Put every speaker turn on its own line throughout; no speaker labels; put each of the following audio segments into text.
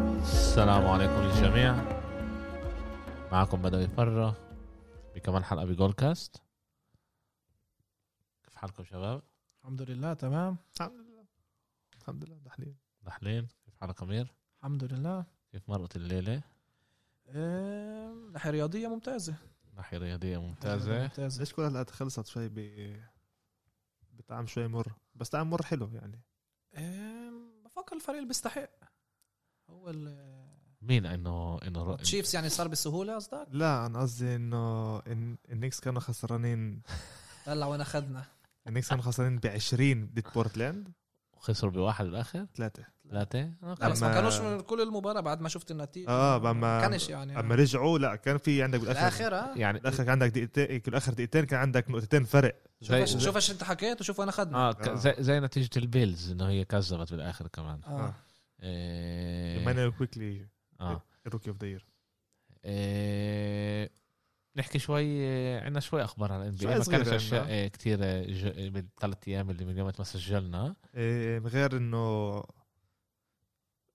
السلام عليكم للجميع معكم بدوي فرة بكمان حلقة بجول كاست كيف حالكم شباب؟
الحمد لله تمام
الحمد لله الحمد لله دحليل
نحلين كيف حالك أمير؟
الحمد لله
كيف مرت الليلة؟
آه، ناحية رياضية ممتازة
ناحية رياضية ممتازة
ممتازة
ليش كل هالقد خلصت شوي ب بطعم شوي مر بس طعم مر حلو يعني
آه، بفكر الفريق اللي بيستحق هو ال-
مين انه انه رأي-
التشيفز يعني صار بسهولة قصدك؟
لا انا قصدي انه إن- النكس كانوا خسرانين
طلع وين اخذنا
النكس كانوا خسرانين ب 20 ضد بورتلاند
خسروا بواحد بالاخر
ثلاثة
ثلاثة أوكي.
خلص ما
أما-
كانوش من كل المباراة بعد ما شفت النتيجة
آه،
اه
ما
بما
كانش يعني آه.
اما رجعوا لا كان في عندك بالاخر
الاخر ها
يعني
بالاخر كان عندك دقيقتين كل اخر دقيقتين كان عندك نقطتين فرق
شوف
زي-
ايش شوف ايش انت حكيت وشوف وين اخذنا
اه ك- زي, زي نتيجة البيلز انه هي كذبت بالاخر كمان
آه.
إيه
مانويل كويكلي
اه
الروكي اوف ذا يير
إيه نحكي شوي آه، عندنا شوي اخبار عن الان بي
شوي
ما كانش
صغيرة عنا.
اشياء كثير آه، بالثلاث ايام اللي من يوم ما سجلنا
إيه، من غير انه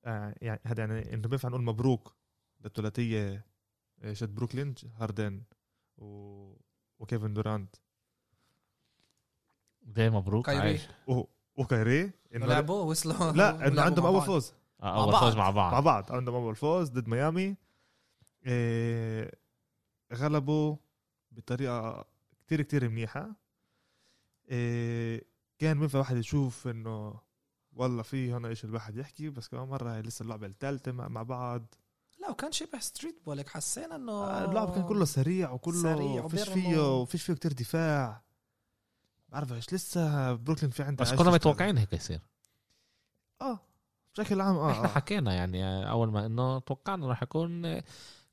آه، يعني هذا يعني انه بينفع نقول مبروك للثلاثيه آه، شت بروكلين هاردن و... وكيفن دورانت
ده مبروك
كايري.
عايش
و... وكايري
إنه
انه
لعبوا وصلوا
لا انه
لعبوا
عندهم
مع
اول
بعض.
فوز
آه اول
مع
فوز
بعض.
مع بعض
مع بعض عندهم اول فوز ضد ميامي إيه، غلبوا بطريقه كتير كتير منيحه إيه، كان بينفع الواحد يشوف انه والله في هنا ايش الواحد يحكي بس كمان مره هي لسه اللعبه الثالثه مع مع بعض
لا وكان شبه ستريت بول هيك حسينا انه
آه،
اللعب كان كله سريع وكله
آه، سريع
سريع فيش
وبيرموا.
فيه وفيش فيه كتير دفاع بعرف ايش لسه بروكلين في عندها
بس
عايش
كنا
لسه.
متوقعين هيك يصير
اه بشكل عام اه
احنا
آه.
حكينا يعني اول ما انه توقعنا راح يكون آه،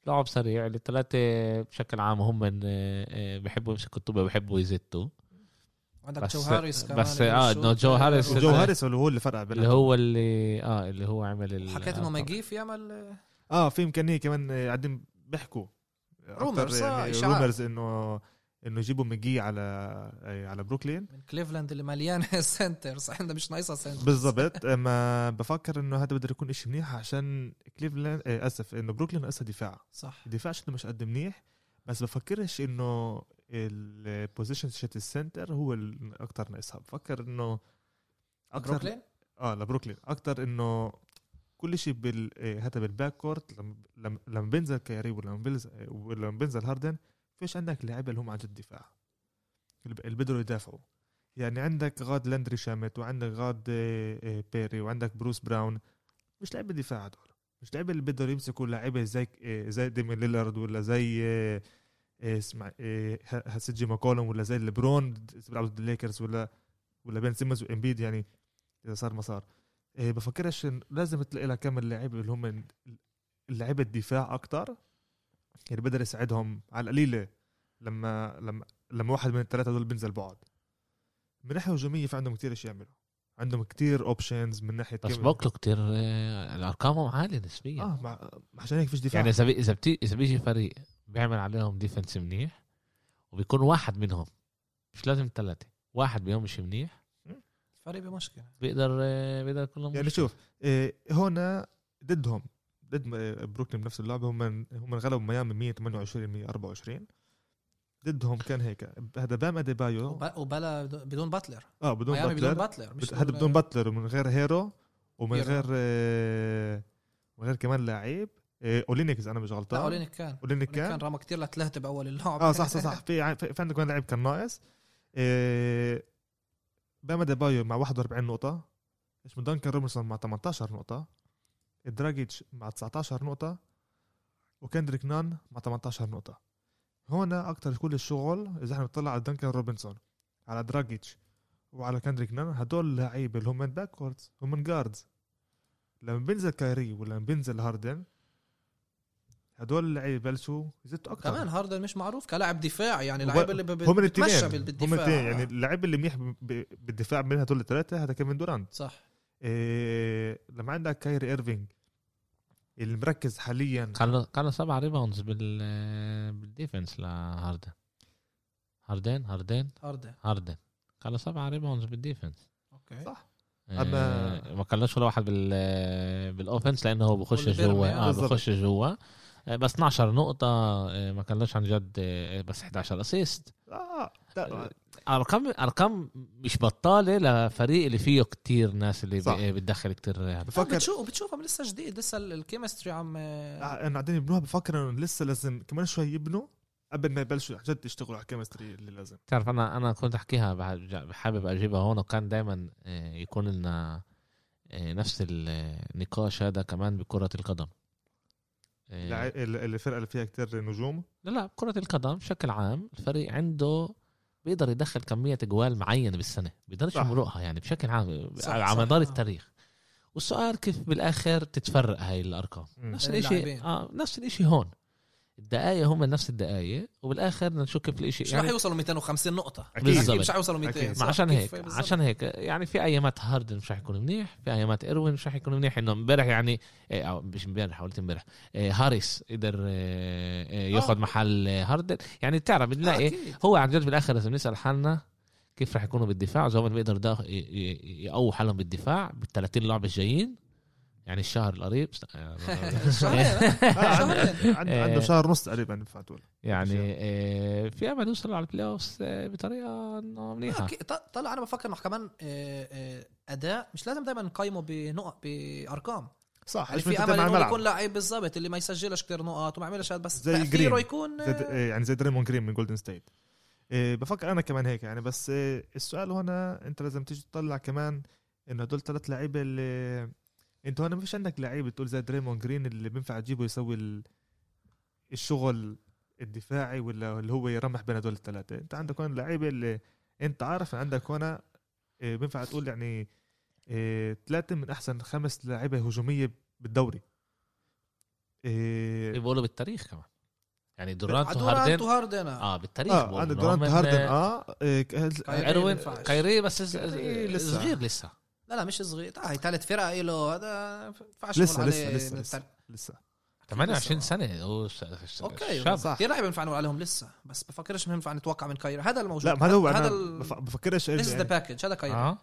لعب سريع الثلاثة بشكل عام هم من بحبوا يمسكوا الطوبة بحبوا يزتوا
عندك
بس-
جو هاريس كمان
بس
اللي
آه،
بالشوط.
إنه جو هاريس-
وجو هاريس اللي هو اللي فرق
اللي
بينهم
هو اللي اه اللي هو عمل ال-
حكيت
آه،
انه
طبعاً.
مجيف يعمل
اه في امكانيه كمان آه، قاعدين بيحكوا يعني
Rumors، آه، إشاعات.
رومرز انه انه يجيبوا مجي على آه، على بروكلين
من كليفلاند اللي مليانه سنترز عندها مش ناقصه سنترز
بالضبط اما بفكر انه هذا بده يكون إشي منيح عشان كليفلاند آه، اسف انه بروكلين ناقصها دفاع
صح
الدفاع شكله مش قد منيح بس بفكرش انه البوزيشن شت السنتر هو الاكثر ناقصها بفكر انه اكثر
بروكلين
اه لبروكلين اكثر انه كل شيء بال آه، حتى بالباك كورت لما لما- لما بينزل كايري ولما بينزل ولما بينزل هاردن فيش عندك لعيبه اللي هم عن جد دفاع اللي ب- اللي بيقدروا يدافعوا يعني عندك غاد لاندري شامت وعندك غاد آه، آه، بيري وعندك بروس براون مش لعيبه دفاع هدول مش لعيبه اللي بيقدروا يمسكوا لعيبه زي آه، زي ديمي ليلارد ولا زي آه، آه، اسمع آه، ه- هسجي ماكولم ولا زي ليبرون بيلعبوا ضد الليكرز ولا ولا بين سيمز وامبيد يعني اذا صار ما صار إيه بفكرش إن لازم تلاقي لها كم لعيبه اللي هم لعيبه دفاع اكتر اللي بقدر يساعدهم على القليله لما لما لما واحد من الثلاثه دول بينزل بعض من ناحيه هجوميه في عندهم كتير اشي يعملوا عندهم كتير اوبشنز من ناحيه
بس
كم-
بوكلو كتير آه، ارقامهم عالية نسبيا
اه مع... عشان هيك فيش دفاع
يعني اذا بي- اذا بتي... اذا بيجي فريق بيعمل عليهم ديفنس منيح وبيكون واحد منهم مش لازم ثلاثه واحد بيهم مش منيح
الفريق بمشكله
بيقدر آه، بيقدر كلهم
يعني شوف إيه هنا ضدهم ضد م- إيه، بروكلين بنفس اللعبه هم هم غلبوا ميامي 128 124 ضدهم كان هيك هذا بام اديبايو
وب- وبلا بدون باتلر
اه بدون
ميامي بدون
باتلر
باتلر مش
هذا بدون باتلر ومن غير هيرو ومن
هيرو.
غير آه، من غير كمان لعيب آه، اولينيك اذا انا مش
لا
غلطان
اولينيك كان
اولينيك
أولينيك
كان
كان رمى كتير لثلاثه باول اللعب
اه صح صح صح في ع- في في عندك كمان لعيب كان ناقص آه، باما ديبايو مع 41 نقطة اسمه دانكن روبرتسون مع 18 نقطة دراجيتش مع 19 نقطة وكندريك نان مع 18 نقطة هنا أكتر كل الشغل إذا احنا بنطلع على دانكن روبنسون على دراجيتش وعلى كندريك نان هدول لعيبة اللي هم من باكوردز ومن جاردز لما بينزل كايري ولما بينزل هاردن هدول اللعيبة بلشوا يزتوا أكتر
كمان هاردن مش معروف كلاعب دفاع يعني
وب-
لعيب اللي ب- ب-
هم
بتمشى
الاثنين
بال-
هم
بالدفاع
الاثنين يعني اللاعب اللي منيح ب- بالدفاع بين هدول الثلاثه هذا كيفن دورانت
صح
إيه لما عندك كايري ايرفينج اللي مركز حاليا
كان كان سبع ريباوندز بال آه، بالديفنس لهاردن هاردن هاردن
هاردن
هاردن كان سبع ريباوندز بالديفنس
اوكي
صح. أما-
آه، ما كلناش ولا واحد بال بالاوفنس لانه هو بخش
والبيرمي،
جوا
آه،
اه
بالظبط.
بخش جوا آه، بس 12 نقطة آه، ما كلناش عن جد آه، بس 11 اسيست
اه لا،
ارقام ارقام مش بطالة لفريق اللي فيه كتير ناس اللي
صح.
ب- بتدخل كتير
بفكر
بتشوف بتشوفهم لسه جديد لسه الكيمستري عم
آه، انه قاعدين يبنوها بفكر انه لسه لازم كمان شوي يبنوا قبل ما يبلشوا عن جد يشتغلوا على الكيمستري اللي لازم
تعرف انا انا كنت احكيها بح- حابب اجيبها هون وكان دائما يكون لنا آه، نفس النقاش هذا كمان بكرة القدم آه،
الع- ال- الفرقه اللي فيها كتير نجوم
لا لا كرة القدم بشكل عام الفريق عنده بيقدر يدخل كمية جوال معينة بالسنة بيقدرش
صح.
يمرقها يعني بشكل عام
صح،
على
صح.
مدار
آه.
التاريخ والسؤال كيف بالآخر تتفرق هاي الأرقام
مم.
نفس
بين
الاشي
اللاعبين.
آه نفس الاشي هون الدقايق هم نفس الدقايق وبالآخر نشوف كيف الاشي
مش رح يوصلوا 250 نقطة
يعني أكيد.
بالظبط.
أكيد مش رح يوصلوا 200
أكيد.
ما
صح،
عشان
كيف
هيك
بالظبط.
عشان هيك يعني في ايامات هاردن مش رح يكون منيح في ايامات ايروين مش رح يكون منيح انه امبارح يعني إيه، أو مش امبارح قلت امبارح إيه، هاريس قدر إيه، إيه، ياخذ
آه.
محل إيه، هاردن يعني بتعرف بنلاقي
أكيد.
هو عن جد بالاخر لازم نسال حالنا كيف رح يكونوا بالدفاع اذا هم بيقدروا دا- ي- ي- يقووا حالهم بالدفاع بال 30 لعبه الجايين يعني الشهر القريب يعني
شهرين
آه،
شهرين.
عنده- عنده عنده شهر ونص تقريبا ينفع تقول
يعني إيه، في امل يوصلوا على آه، البلاي اوف بطريقه إنه منيحه
أكيد. ط- طلع انا بفكر انه كمان آه، آه، اداء مش لازم دائما نقيمه بنقط بارقام
صح
يعني
مش
في
متفق
امل
مع
انه
الملعب.
يكون لعيب بالضبط اللي ما يسجلش كثير نقط وما يعملش هذا بس
زي
تاثيره
جرين.
يكون آه،
زي د- إيه، يعني زي دريمون جرين من جولدن ستيت إيه، بفكر انا كمان هيك يعني بس إيه، السؤال هنا انت لازم تيجي تطلع كمان انه هدول ثلاث لعيبه اللي انت هنا ما فيش عندك لعيب تقول زي دريمون جرين اللي بينفع تجيبه يسوي ال- الشغل الدفاعي ولا اللي هو يرمح بين هدول الثلاثه انت عندك هون لعيبه اللي انت عارف عندك هنا إيه، بينفع تقول يعني ثلاثه من احسن خمس لعيبه هجوميه بالدوري إيه،
بيقولوا بالتاريخ كمان يعني دورانت وهاردن
دورانت وهاردن آه.
اه بالتاريخ
اه
بقولوا
عندك
إنه هم
دورانت هاردن
ال-
اه إيه، هل-
كايري ما
ايروين
ينفعش.
كايري بس ز-
كايري لسه.
صغير لسه
لا لا مش صغير هاي ثالث فرقه إيه له هذا ما ينفعش
لسه-
نقول
لسه-
عليه
لسه-
من
لسه.
التل-
لسه
28 سنه هو ش- ش-
اوكي
شاب.
صح.
كثير لعيبه ينفع نقول عليهم لسه بس بفكرش ما ينفع نتوقع من كايري هذا الموجود
لا ما هذا هو
هذا
انا
ال-
بف- بفكرش
ذيس ذا
إيه،
باكج هذا كايري
اه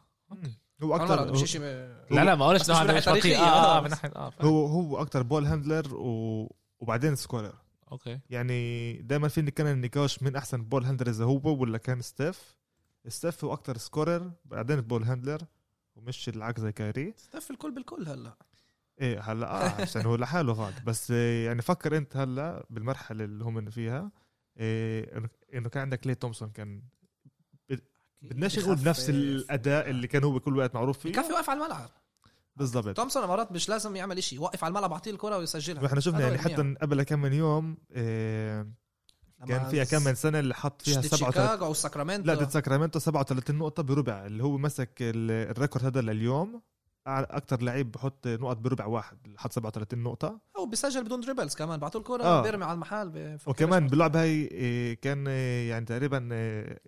هو
والله مش
اكثر
شيء
لا لا ما قولش
بس
انه
مش
هذا
من
مش
ناحية
بطيء
تاريخية،
اه آه،
آه،
من
بس.
ناحيه اه فاهم.
هو هو اكثر بول هاندلر و... وبعدين سكورر
اوكي
يعني دائما في كان النقاش من احسن بول هاندلر اذا هو ولا كان ستيف ستيف هو اكثر سكورر بعدين بول هاندلر ومش العكس زي كايري
ستاف الكل بالكل هلا
ايه هلا اه عشان هو لحاله غاد بس إيه، يعني فكر انت هلا بالمرحله اللي هم فيها إيه انه إنه كان عندك لي تومسون كان بدناش نقول نفس
يعني.
الاداء اللي كان هو كل وقت معروف فيه
كافي واقف على الملعب
بالضبط
تومسون مرات مش لازم يعمل شيء واقف على الملعب اعطيه الكره ويسجلها
واحنا شفنا
هذول
يعني حتى قبل كم من يوم إيه كان فيها كم من سنه اللي حط فيها 37
شيكاغو وساكرامنتو
لا ضد ساكرامنتو 37 نقطه بربع اللي هو مسك ال- الريكورد هذا لليوم اكثر لعيب بحط نقط بربع واحد اللي حط 37 نقطه
او بيسجل بدون دريبلز كمان بعطوا الكره
آه.
آه. بيرمي على المحل بفكرش.
وكمان باللعبه هاي إيه، كان إيه، يعني تقريبا إيه،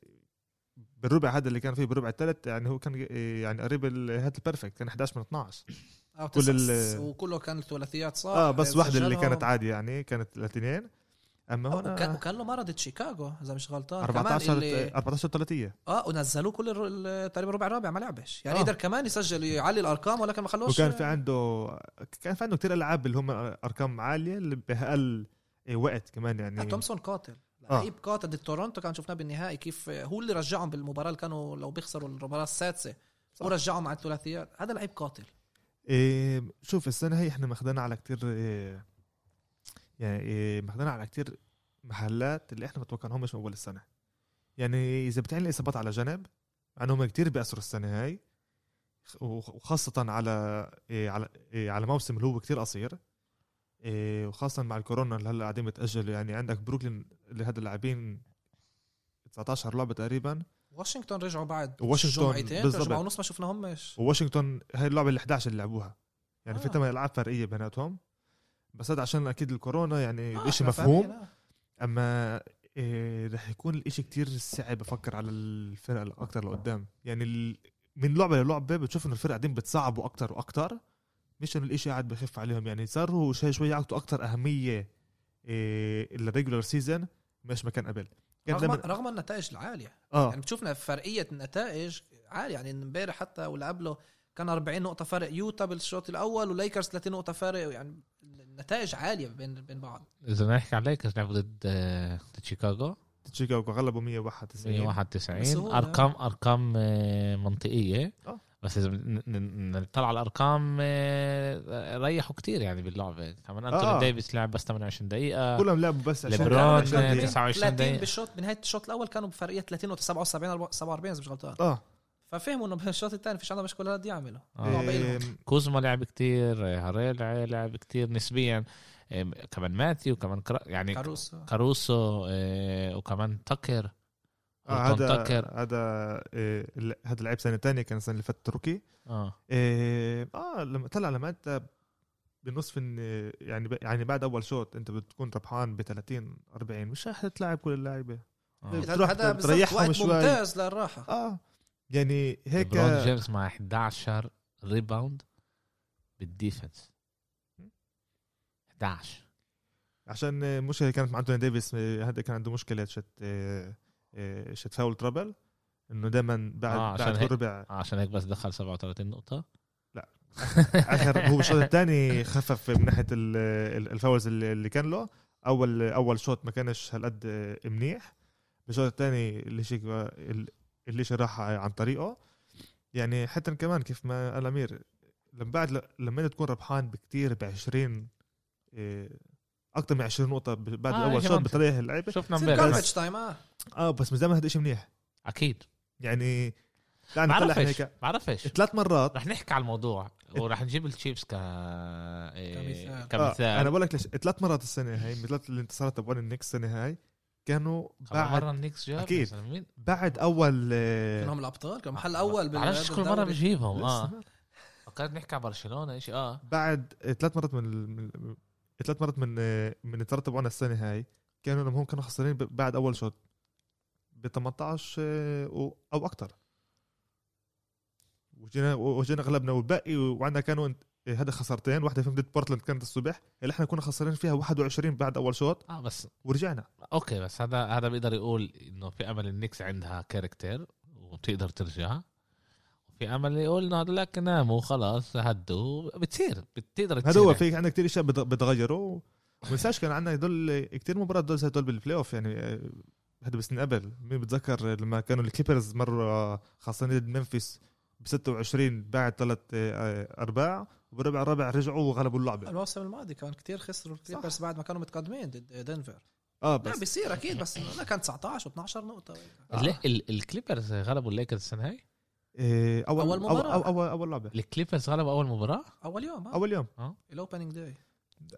بالربع هذا اللي كان فيه بالربع الثالث يعني هو كان إيه، يعني قريب ال- هذا البيرفكت كان 11 من 12
أو
كل
تسعة.
ال-
وكله كان ثلاثيات صح
اه بس واحده اللي
سجلهم.
كانت عادي يعني كانت الاثنين اما
آه، وكان,
هون
وكان له مرض شيكاغو اذا مش غلطان
14
كمان اللي
14 ثلاثيه
اه ونزلوه كل الر- ال- تقريبا ربع رابع ما لعبش يعني
آه.
قدر كمان يسجل يعلي الارقام ولكن ما خلوش
وكان في عنده كان في عنده كثير العاب اللي هم ارقام عاليه اللي باقل وقت كمان
آه،
يعني
تومسون قاتل
آه.
لعيب قاتل ضد تورونتو كان شفناه بالنهائي كيف هو اللي رجعهم بالمباراه اللي كانوا لو بيخسروا المباراه السادسه
صح.
ورجعهم على الثلاثيات هذا لعيب قاتل
إيه شوف السنه هي احنا ماخدنا على كتير إيه يعني إيه ماخدنا على كتير محلات اللي احنا ما توقعناهمش من اول السنه يعني اذا بتعين الاصابات على جنب مع انهم كتير بياثروا السنه هاي خ- وخاصه على إيه على إيه على موسم اللي هو كتير قصير إيه وخاصه مع الكورونا اللي هلا قاعدين بتاجلوا يعني عندك بروكلين اللي هذا اللاعبين 19 لعبه تقريبا
واشنطن رجعوا بعد
واشنطن،
جمعتين
بالضبط.
رجعوا نص ما شفناهمش
وواشنطن هاي اللعبه ال 11 اللي لعبوها يعني آه. في
آه.
ثمان العاب فرقيه بيناتهم بس هذا عشان اكيد الكورونا يعني
آه،
آه شيء
إحنا
مفهوم
فاهمين، آه.
اما إيه رح يكون الإشي كتير صعب بفكر على الفرق الاكثر لقدام يعني ال... من لعبه للعبه بتشوف انه الفرق قاعدين بتصعبوا اكثر واكثر مش انه الإشي قاعد بخف عليهم يعني صاروا شوي شوي يعطوا اكثر اهميه إيه الريجولر سيزون مش ما كان قبل كان
رغم
دايما
رغم النتائج العاليه
اه
يعني بتشوفنا فرقيه النتائج عاليه يعني امبارح حتى ولا قبله كان 40 نقطه فارق يوتا بالشوط الاول وليكرز 30 نقطه فارق يعني النتائج عاليه بين بين بعض
اذا نحكي على الليكرز لعبوا ضد آه، ضد شيكاغو
شيكاغو غلبوا 191
191
بسهولة.
ارقام ارقام آه، منطقيه
آه.
بس اذا بن- ن- ن- نطلع على الارقام آه، ريحوا كتير يعني باللعبه كمان انتوني
آه.
ديفيس لعب بس 28 دقيقه
كلهم لعبوا بس عشان-
ليبرون
عشان
آه،
دقيقة.
29
30
دقيقه
بالشوط بنهايه الشوط الاول كانوا بفرقيه 30 نقطه 77 47 اذا مش غلطان
اه
ففهموا انه بالشوط الثاني فيش عندهم مشكلات يعملوا
آه.
يلعبوا أي لعبة.
إيه،
كوزما لعب كتير آه، هاريل آه، لعب كتير نسبيا آه، كمان ماتيو كمان كرا- يعني
كاروس
كاروسو آه، وكمان تكر
آه،
كنت
هذا
أتذكر.
هذا إيه، ال- هذا لعيب سنه ثانيه كان السنه اللي فاتت تركي
اه
إيه، اه لما طلع لما انت بنصف الن- يعني ب- يعني بعد اول شوط انت بتكون ربحان ب 30 40 مش رح تلعب كل اللعيبه
آه.
هذا-
تروح
هذا بالظبط
تريحهم
وقت
شوي.
ممتاز للراحه
اه يعني هيك
ليبرون جيمس مع 11 ريباوند بالديفنس 11
عشان مشكله كانت مع انتوني ديفيس إيه، هذا كان عنده مشكله شت آه، آه، شت فاول ترابل انه دائما بعد
آه،
آه
عشان
بعد
هيك.
كل ربع
عشان هيك بس دخل 37 نقطة
اخر هو بالشوط الثاني خفف من ناحيه ال- ال- الفاولز اللي اللي كان له اول اول شوط ما كانش هالقد آه، منيح بالشوط الثاني اللي شيك اللي شي راح عن طريقه يعني حتى كمان كيف ما قال امير لما بعد لما أنت تكون ربحان بكتير ب 20 اكثر من 20 نقطه ب- بعد
آه،
اول
شي
شوط
منطق.
بتريح اللعيبه
شفنا
تصير
امبارح
garbage time، اه
اه بس مش دائما هذا شيء منيح
اكيد
يعني لا نطلع إحنا
بعرفش
هيك
بعرفش
ثلاث مرات
رح نحكي على الموضوع ورح نجيب التشيبس ك
كمثال.
إيه،
آه انا
كمثال
بقول لك ليش ثلاث مرات السنه هاي من ثلاث الانتصارات تبعون النكس السنه هاي كانوا
كمان
بعد
مرة النكس جاب
أكيد.
مثلاً مين؟
بعد اول آه،
كانوا هم الابطال كانوا محل اول بال-
معلش كل مرة
بالدوري.
بجيبهم اه
لسه.
فكرت نحكي على برشلونة شيء اه
بعد آه، ثلاث مرات من من- ثلاث مرات من آه، من الانتصارات تبعون السنه هاي كانوا لما هم كانوا خسرانين ب- بعد اول شوط ب 18 آه، و- او اكثر وجينا وجينا غلبنا والباقي وعندنا كانوا انت- آه، هذا خسارتين واحده فيهم ضد بورتلاند كانت الصبح اللي احنا كنا خسرانين فيها 21 بعد اول شوط
اه بس
ورجعنا
اوكي بس هذا هذا بيقدر يقول انه في امل النكس عندها كاركتر وبتقدر ترجع وفي امل يقول انه هذولاك ناموا خلاص هدوا بتصير بتقدر تصير
هذا هو
يعني.
في عندنا كثير اشياء بت- بتغيره ونساش كان عندنا هدول كثير مباريات دول هدول بالبلاي اوف يعني آه، هذا بس قبل مين بتذكر لما كانوا الكليبرز مره خسرانين ضد منفس ب 26 بعد ثلاث آه، ارباع وبالربع الرابع رجعوا وغلبوا اللعبه
الموسم الماضي كان كتير خسروا الكليبرز بعد ما كانوا متقدمين ضد دنفر
اه
لا
بس
بيصير اكيد بس لا كان 19 و12 نقطه
لا ال- الكليبرز غلبوا الليكرز السنه هاي
آه، اول
أول
اول
مباراة.
مباراه اول اول, أول لعبه
الكليبرز غلبوا اول مباراه
اول يوم آه. ها
اول يوم
الاوبننج داي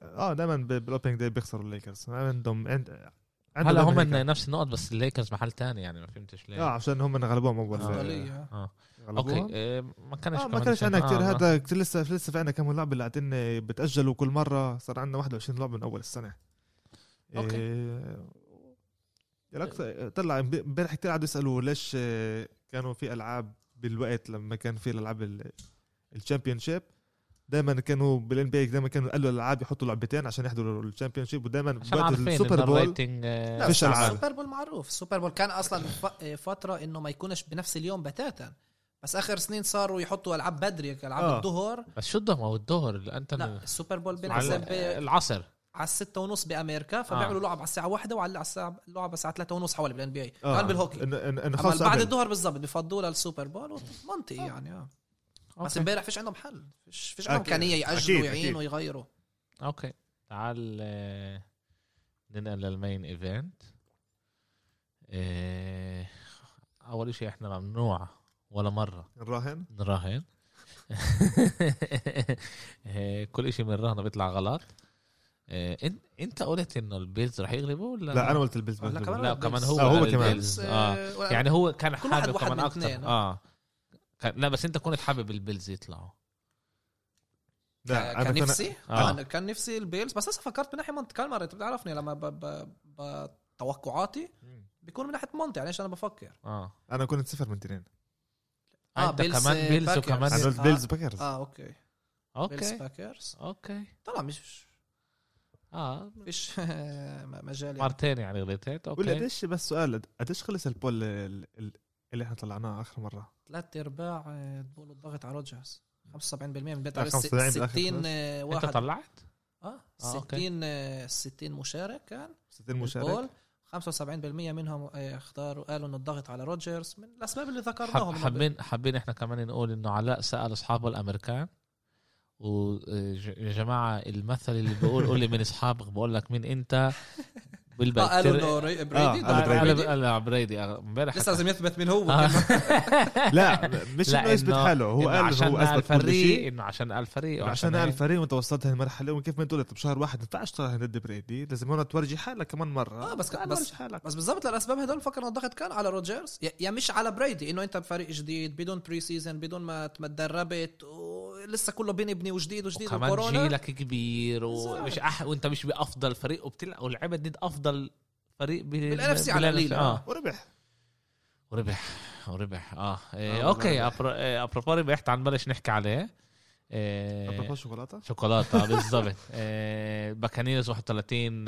اه دائما بالاوبننج داي بيخسروا الليكرز عندهم عند عندهم
هلا هم
دايماً هيك.
نفس النقط بس الليكرز محل تاني يعني ما فهمتش ليه
اه عشان هم غلبوهم اول
آه.
آه.
افضليه
آه.
غلبوهم
اوكي إيه، ما كانش
آه ما
كمان
كانش
عشان-
عندنا كثير
آه،
هذا كتير لسه لسه في عندنا كم لعبه قاعدين بتاجلوا كل مره صار عندنا 21 لعبه من اول السنه
أوكي.
إيه، الأكثر طلع امب- امبارح كثير قعدوا يسالوا ليش آه، كانوا في العاب بالوقت لما كان في الالعاب الشامبيون شيب دائما كانوا بالان بي دائما كانوا قالوا الالعاب يحطوا لعبتين عشان يحضروا الشامبيون شيب ودائما
عشان
وقت
عارفين
السوبر بول
لا
لا، فيش ألعاب.
السوبر بول معروف السوبر بول كان اصلا ف- فتره انه ما يكونش بنفس اليوم بتاتا بس اخر سنين صاروا يحطوا العاب بدري هيك العاب
آه.
الظهر
بس شو الظهر هو الظهر اللي انت
لا السوبر بول
على-
بينحسب ب-
العصر
على الستة ونص بامريكا فبيعملوا
آه.
لعب على الساعه واحدة وعلى الساعه لعب على الساعه 3 ونص حوالي بالان بي اي
آه،
كان بالهوكي
انه
اما
خلص
بعد
قبل.
الظهر بالضبط بيفضوها للسوبر بول منطقي يعني اه بس
أوكي.
امبارح فيش عندهم حل فيش فيش عندهم
آه. أكيد.
امكانيه
أكيد،
ياجلوا
أكيد.
يعينوا يغيروا
اوكي تعال آه، ننقل للمين ايفنت آه، اول شيء احنا ممنوع ولا مره
نراهن
نراهن آه، كل شيء بنراهنه بيطلع غلط آه، إن- انت قلت انه البيلز رح يغلبوا ولا
لا انا قلت البيلز
لا كمان
لا
أنا
كمان
بيلز.
هو
آه، هو
قال
كمان.
البيلز، آه. يعني هو كان
كل واحد
حابب
واحد
كمان
من
اكتر
اثنين.
اه كان لا بس انت كنت حابب البيلز يطلعوا
لا، أنا
كان
كنت-
نفسي
آه.
كان- كان نفسي البيلز بس هسه فكرت من ناحيه منطق كالمر انت بتعرفني لما ب... ب... ب... توقعاتي بيكون من ناحيه منطق يعني ايش انا بفكر
اه
انا كنت صفر من تنين
آه،
انت
بيلز،
كمان
آه،
بيلز
باكرز.
وكمان
انا قلت
آه.
بيلز باكرز
اه اوكي بيلز
اوكي
باكرز
اوكي
طلع مش
اه
فيش مجال يعني.
مرتين يعني غلطت اوكي
ولا قديش بس سؤال قديش خلص البول ال- ال- اللي احنا طلعناه اخر مره
ثلاث ارباع آه، بقولوا الضغط على روجرز 75% من بيت
آه،
على
75 بالآخر
60
خلاص.
آه،
انت
واحد
طلعت
اه
آه، أوكي.
60 آه، 60 مشارك كان
ست المشاركه
البول 75% منهم آه، اختاروا قالوا انه الضغط على روجرز من الاسباب اللي
حب
ذكرناهم
حابين حابين احنا كمان نقول انه علاء سال اصحابه الامريكان ويا جماعه المثل اللي بيقول قول لي من اصحابك بقول لك مين انت
آه،
بالبيت
قالوا انه ري- بريدي
آه،
ده
قالوا بريدي.
بريدي.
بريدي آه، امبارح
لسه لازم يثبت من هو
آه.
لا مش انه يثبت
لأنه-
حاله هو
إنه
قال
عشان
هو
قال
اثبت كل
فريق
شيء
انه عشان قال فريق إيه؟
عشان
هيك.
قال فريق وانت وصلت هالمرحله وكيف ما انت قلت بشهر واحد ما ينفعش ترى ند بريدي لازم هون تورجي حالك كمان مره
اه بس
تعال
بس
ورجي حالك
بس بالضبط للاسباب هدول بفكر انه الضغط كان على روجرز يا- يا مش على بريدي انه انت بفريق جديد بدون بري سيزون بدون ما ما تدربت ولسه كله بنبني وجديد وجديد
وكمان
وكورونا
جيلك كبير ومش أح... وانت مش بافضل فريق وبتلعب ولعبت ضد افضل فريق بال...
بالNFC على
بالNFC.
القليل.
اه
وربح
وربح وربح اه, إيه
آه،
اوكي
وربح.
أبر- إيه، ابروبو ربح تعال نبلش نحكي عليه إيه،
ابروبو شوكولاته
شوكولاته بالضبط إيه، باكانيرز 31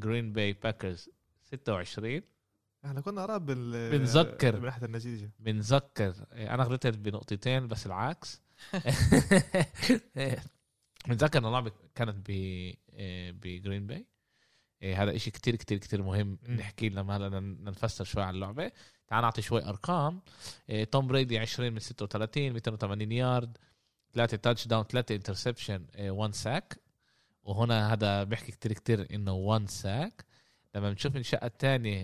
جرين باي باكرز 26
احنا كنا قراب بال
بنذكر.
من ناحيه النتيجه
بنذكر إيه، انا غلطت بنقطتين بس العكس بنذكر ان اللعبه كانت ب إيه، بجرين باي إيه، هذا إشي كتير كتير كتير مهم
مم.
نحكي لما هلا ن- نفسر شوي على اللعبه تعال نعطي شوي ارقام إيه، توم بريدي 20 من 36 280 يارد 3 تاتش داون 3 انترسبشن 1 ساك آه، وهنا هذا بيحكي كتير كتير انه 1 ساك لما بنشوف الشقه الثانيه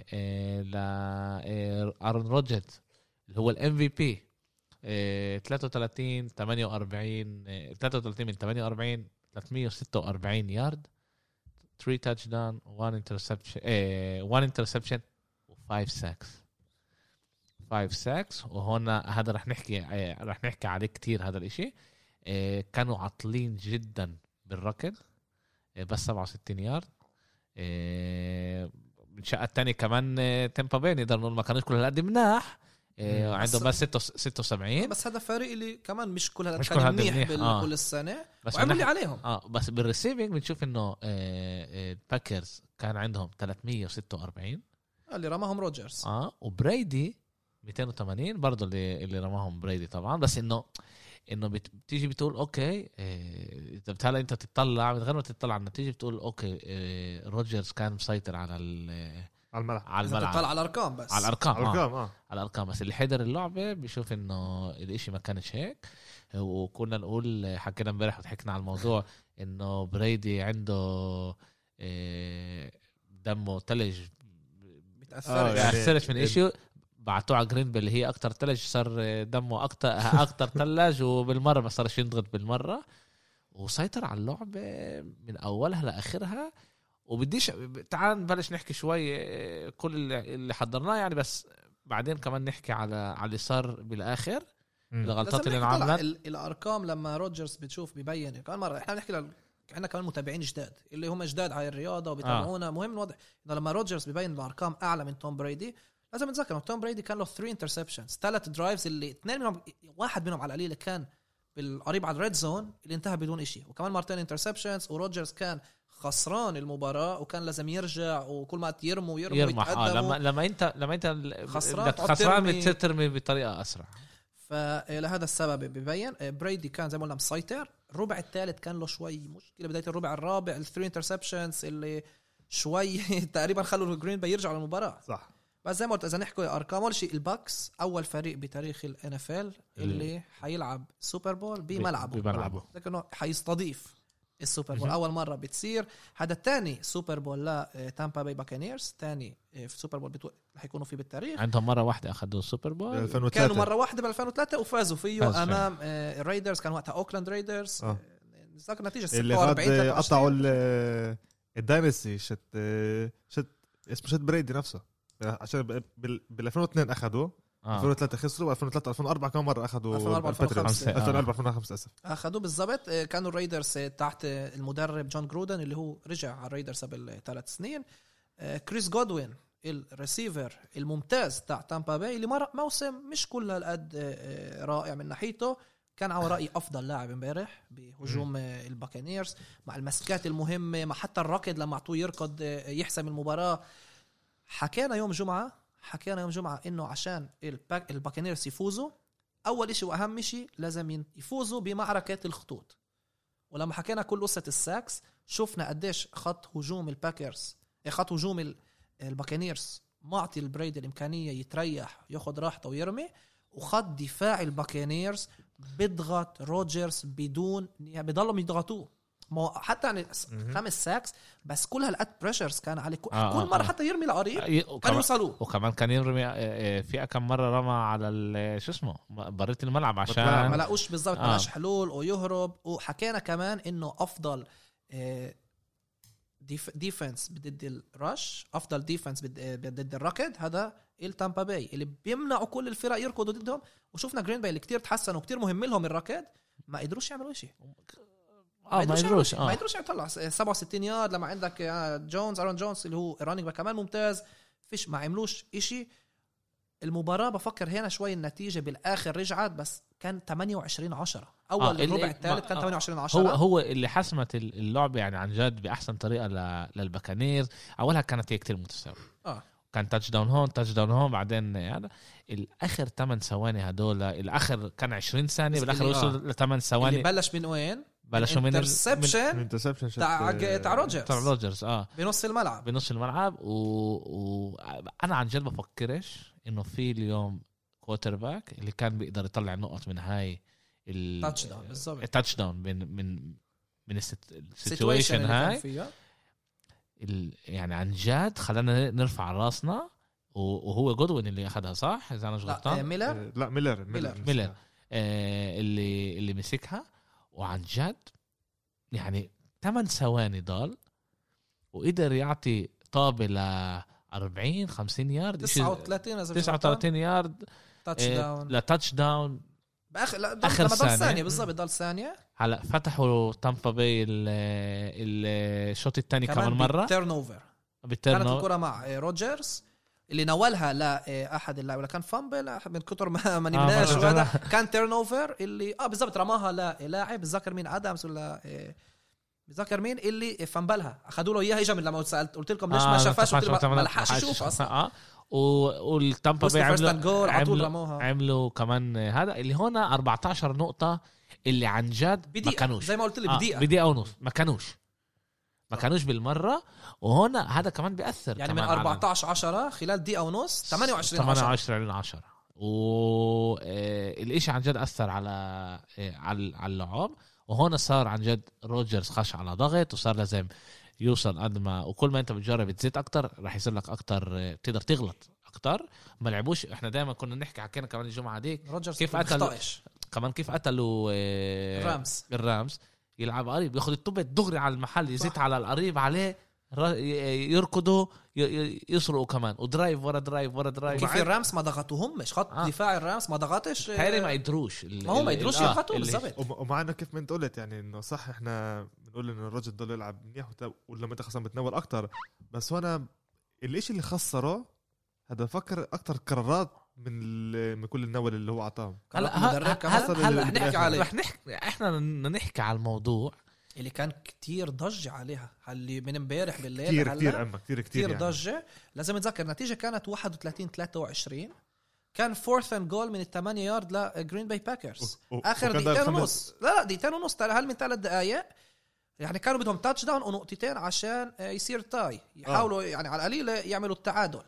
ل آه، ارون روجرز اللي هو الام في بي آه، 33 48 آه، 33 من 48 346 يارد 3 تاتش داون 1 انترسبشن 1 انترسبشن و5 ساكس 5 ساكس وهنا هذا رح نحكي آه، رح نحكي عليه كتير هذا الاشي آه، كانوا عاطلين جدا بالركض آه، بس 67 يارد آه، الشقه الثانيه كمان آه، تيمبا باي نقدر نقول ما كانوش كل هالقد مناح آه،
مم.
عندهم
بس-
بس 76
بس هذا فريق اللي كمان مش كل هذا
مش
كان
كل هذا
منيح
منيح،
بال-
آه.
كل السنه
بس
وعمل اللي
من ناح-
عليهم
اه بس بالريسيفنج بنشوف انه الباكرز كان عندهم 346
آه، اللي رماهم روجرز
اه وبريدي 280 برضه اللي اللي رماهم بريدي طبعا بس انه انه بت- بتيجي بتقول اوكي آه، اذا بت- هلا انت تطلع من غير ما تطلع على النتيجه بتقول اوكي آه، روجرز كان مسيطر على ال- آه،
على الملعب
على
اذا بتطلع
الملعب
على الارقام بس
على الارقام آه.
ارقام اه
على الارقام بس اللي حضر اللعبه بيشوف انه الاشي ما كانش هيك وكنا نقول حكينا امبارح وضحكنا على الموضوع انه بريدي عنده إيه، دمه ثلج
آه،
بتاثر
يعني-
بيأثرش من اشي بعتوه على جرين بيل اللي هي اكتر ثلج صار دمه اكتر اكتر ثلج وبالمره ما صارش ينضغط بالمره وسيطر على اللعبه من اولها لاخرها وبديش تعال نبلش نحكي شوي آه، كل اللي- اللي حضرناه يعني بس بعدين كمان نحكي على على اللي صار بالاخر الغلطات اللي انعملت
الارقام لما روجرز بتشوف ببين كمان مره احنا بنحكي لل... عندنا كمان متابعين جداد اللي هم جداد على الرياضه وبيتابعونا آه. مهم نوضح انه لما روجرز ببين الارقام اعلى من توم بريدي لازم نتذكر انه توم بريدي كان له 3 انترسبشنز ثلاث درايفز اللي اثنين منهم واحد منهم على القليله كان بالقريب على الريد زون اللي انتهى بدون شيء وكمان مرتين انترسبشنز وروجرز كان خسران المباراه وكان لازم يرجع وكل ما يرموا يرموا
يرمح اه
يتقدموا.
لما لما انت لما انت ال-
خسران،
بدك
تقعد
خسران
ترمي.
بتصير ترمي بطريقه اسرع
فلهذا السبب ببين بريدي كان زي ما قلنا مسيطر الربع الثالث كان له شوي مشكله بدايه الربع الرابع الثري انترسبشنز اللي شوي تقريبا خلوا الجرين باي يرجعوا للمباراه
صح
بس زي ما قلت اذا نحكي ارقام اول شيء الباكس اول فريق بتاريخ الان اف ال اللي حيلعب سوبر بول بملعبه
بملعبه
لكنه حيستضيف السوبر بول اول مره بتصير هذا الثاني سوبر بول لتامبا باي باكانيرز ثاني سوبر بول بتو... رح يكونوا فيه بالتاريخ
عندهم مره واحده اخذوا السوبر بول
2003
كانوا مره واحده ب 2003 وفازوا فيه
فازوا فيه.
امام آه، الريدرز كان وقتها اوكلاند ريدرز
آه.
ذاك النتيجه
اللي
46
غاد
23.
قطعوا ال- الداينسي شت شت اسمه شت بريدي نفسه عشان بال 2002 اخذوا
آه.
2003 خسروا 2003 2004 كم مره اخذوا
2004
الباتريوتس؟
آه.
2005.
2004 2005 اسف
اخذوه بالضبط آه، كانوا الريدرز آه، تحت آه، المدرب جون جرودن اللي هو رجع على الريدرز قبل ثلاث سنين آه، كريس جودوين الريسيفر الممتاز تاع تامبا باي اللي مرق موسم مش كل هالقد آه، آه، رائع من ناحيته كان على رايي افضل لاعب امبارح بهجوم آه، الباكانيرز مع المسكات المهمه مع حتى الركض لما اعطوه يركض آه، يحسم المباراه حكينا يوم جمعه حكينا يوم جمعه انه عشان الباك الباكنيرز يفوزوا اول شيء واهم شيء لازم ين- يفوزوا بمعركه الخطوط ولما حكينا كل قصه الساكس شفنا قديش خط هجوم الباكرز إيه، خط هجوم ال- الباكنيرز معطي البريد الامكانيه يتريح ياخذ راحته ويرمي وخط دفاع الباكنيرز بيضغط روجرز بدون يعني بضلهم يضغطوه ما هو حتى يعني س-
مهم.
خمس ساكس بس كل هالقد بريشرز كان عليه كل,
آه،
آه كل
آه،
مره
آه.
حتى يرمي العريض كانوا
وكمان,
يوصلوه
وكمان كان يرمي آه، آه، في كم مره رمى على ال- شو اسمه بريت الملعب
الملعب.
عشان
ما لقوش بالظبط
آه.
ما لقاش حلول ويهرب وحكينا كمان انه افضل آه، ديف- ديفنس ضد الرش افضل ديفنس ضد- آه، ضد الركض هذا التامبا باي اللي بيمنعوا كل الفرق يركضوا ضدهم وشفنا جرين باي اللي كتير تحسنوا كتير مهم لهم الركض ما قدروش يعملوا شيء
اه ما يدروش
ما
اه
يقدروش يطلع 67 يارد لما عندك آه، جونز ارون جونز اللي هو رانينج باك كمان ممتاز فيش ما عملوش إشي المباراة بفكر هنا شوي النتيجة بالآخر رجعت بس كان 28 10
آه،
أول
اللي-
الربع الثالث كان
ما- آه،
28 10
هو هو اللي حسمت ال- اللعبه يعني عن جد باحسن طريقه ل- للبكانير اولها كانت هي كثير متساويه
آه.
كان تاتش داون هون تاتش داون هون بعدين هذا الاخر 8 ثواني هدول الاخر كان 20 ثانيه
بس
بالاخر
اللي- آه.
وصل ل 8
اللي
ثواني
بلش من وين؟
بلشوا من ال- من
انترسبشن
الانترسبشن شت-
تاع
آه،
تاع
تاع
روجرز
روجرز اه
بنص الملعب
بنص الملعب و... و... انا عن جد بفكرش انه في اليوم كوتر باك اللي كان بيقدر يطلع نقط من هاي ال...
تاتش داون بالظبط
التاتش داون من من من
situation
السيتويشن
اللي كان
هاي
فيها.
ال... يعني عن جد خلانا نرفع راسنا و- وهو جودوين اللي اخذها صح اذا انا مش
لا آه،
غلطان
ميلر
آه، لا ميلر
ميلر.
ميلر. آه اللي اللي مسكها وعن جد يعني ثمان ثواني ضل وقدر يعطي طابه ل 40 50 يارد إشي-
39 إذا مش غلطان.
39 يارد
تاتش
آه،
داون
لتاتش داون
باخر لا
آخر
آخر
ثانية.
ضل ثانية بالظبط ضل ثانية
هلا فتحوا تامبا باي ال- ال- الشوط الثاني كمان مره
تيرن اوفر كانت
بالتيرن
الكره مع آه، روجرز اللي ناولها لاحد اللاعب ولا كان فامبل أح- من كتر ما
آه،
ما نمناش
ما
وهذا كان تيرن اوفر اللي اه بالضبط رماها للاعب بتذكر مين ادمز ولا آه، بتذكر مين اللي فامبلها اخذوا له اياها اجى من لما سالت قلت لكم ليش
آه،
ما شافهاش قلت لي ما- ما لحقش يشوف اصلا
اه و- والتامبا باي
فيرست
عملوا
اند جول على طول
عملوا-
رموها
عملوا كمان هذا اللي هون 14 نقطة اللي عن جد ما
بدقيقه
كانوش
زي ما قلت لك
آه،
بدقيقه
بدقيقة ونص ما كانوش ما كانوش بالمرة وهون هذا كمان بيأثر
يعني من
كمان على-
14 10 خلال دقيقه ونص 28 10
28 على 10 والإشي آه، عن جد أثر على آه، على على اللعاب وهون صار عن جد روجرز خش على ضغط وصار لازم يوصل قد ما وكل ما انت بتجرب تزيد اكتر رح يصير لك اكتر آه، بتقدر تغلط اكتر ما لعبوش احنا دايما كنا نحكي حكينا كمان الجمعه ديك
روجرز
كيف
كيف
قتل-
قتل
كمان كيف قتلوا آه،
رامز
الرامز يلعب قريب ياخذ الطوبه دغري على المحل يزيت
صح.
على القريب عليه را- ي- يركضوا ي- ي- يسرقوا كمان ودرايف ورا درايف ورا درايف
كيف الرامس ما ضغطوهمش خط
طيب. آه.
دفاع الرامس ما ضغطش
تهيألي ما يدروش ال-
ما هو
ال-
ما يدروش
ال- آه،
يضغطوا
ال-
بالظبط
وم- ومع انه كيف ما انت قلت يعني انه صح احنا بنقول انه الراجل ضل يلعب منيح وت- ولما انت خصم بتنور اكتر بس وانا الاشي اللي خسره هذا فكر اكتر قرارات من ال- من كل النول اللي هو اعطاهم
هلا
هلا
هلا هلا
أصلاً
هلا
اللي
نحكي
بداخل.
عليه رح نحكي احنا بدنا نحكي على الموضوع
اللي كان كتير ضجة عليها اللي من امبارح بالليل
كثير
هلا
كثير اما كثير
إيه كتير
كثير يعني.
ضجة لازم نتذكر النتيجة كانت 31 23 كان فورث اند جول من الثمانية uh, يارد لجرين باي باكرز
و- و-
اخر
وكان
دقيقتين
داير
ونص لا لا دقيقتين ونص تل- هل من ثلاث دقائق يعني كانوا بدهم تاتش داون ونقطتين عشان آه، يصير تاي يحاولوا
آه.
يعني على القليله يعملوا التعادل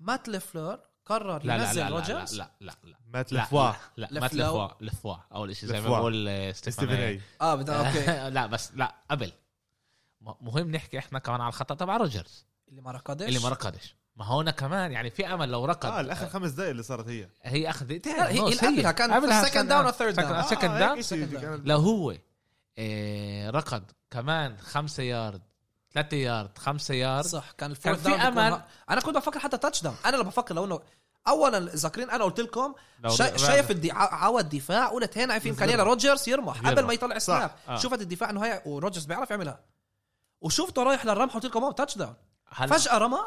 مات لفلور قرر
لا لا لا
ينزل
لا لا
روجرز
لا لا لا
ما
لا
تلفوا
لا لا ما
لفلو.
تلفوا لفوا اول شيء زي ما
لفوا.
بقول آه، ستيفن
ستيفن
هاي.
اي
اه بدأ اوكي
لا بس لا قبل م- مهم نحكي احنا كمان على الخطا تبع روجرز
اللي ما ركضش
اللي ما ركضش ما هون كمان يعني في امل لو ركض
آه،
اه الاخر خمس دقائق اللي صارت هي
هي اخذ دقيقتين
لا، هي-
خلص،
هي قبلها كان second
كان-
down or third
second-
down.
second
آه، هيك
down.
إشي
second
كان-
لو هو آه، ركض كمان خمسة يارد ثلاثة يارد خمسة يارد
صح كان
كان
الفورث
في
داون بيكون
أمل.
ه- انا كنت بفكر حتى تاتش داون انا لو بفكر لو انه اولا ذاكرين انا قلت لكم
لو
شا...
رجع-
شايف الدي... ع- عوى الدفاع قلت هنا في امكانيه لروجرز يرمح قبل
يرمح.
ما يطلع
صح.
سناب
آه.
شفت الدفاع انه هي وروجرز بيعرف يعملها وشفته رايح للرمح قلت لكم تاتش داون
هلا
فجاه رمى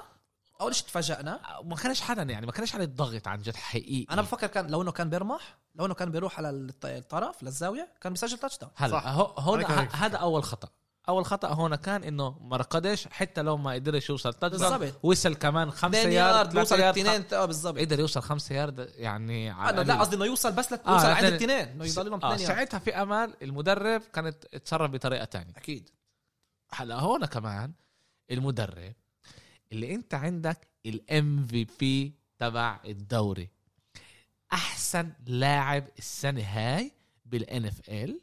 اول شيء تفاجئنا
ما كانش حدا يعني ما كانش عليه الضغط عن جد حقيقي
انا بفكر كان لو انه كان بيرمح لو انه كان بيروح على الط- الطرف للزاويه كان بيسجل تاتش داون
هلا
صح.
هو- هون
أنا كان هيك
ه- هذا اول خطا اول خطا هون كان انه ما رقدش حتى لو ما قدرش يوصل تاتش داون
بالضبط.
وصل كمان خمسة
2
يارد
يارد
ثلاثة
بوصل
يارد
الاثنين اه بالظبط
قدر يوصل خمسة يارد يعني
انا لا
القليل.
قصدي انه يوصل بس لت...
آه،
يوصل عند
لتاني-
الاثنين انه يضل لهم
آه
اثنين يارد
ساعتها في امل المدرب كانت اتصرف بطريقه تانية
اكيد
هلا هون كمان المدرب اللي انت عندك الام في بي تبع الدوري احسن لاعب السنه هاي بالان اف ال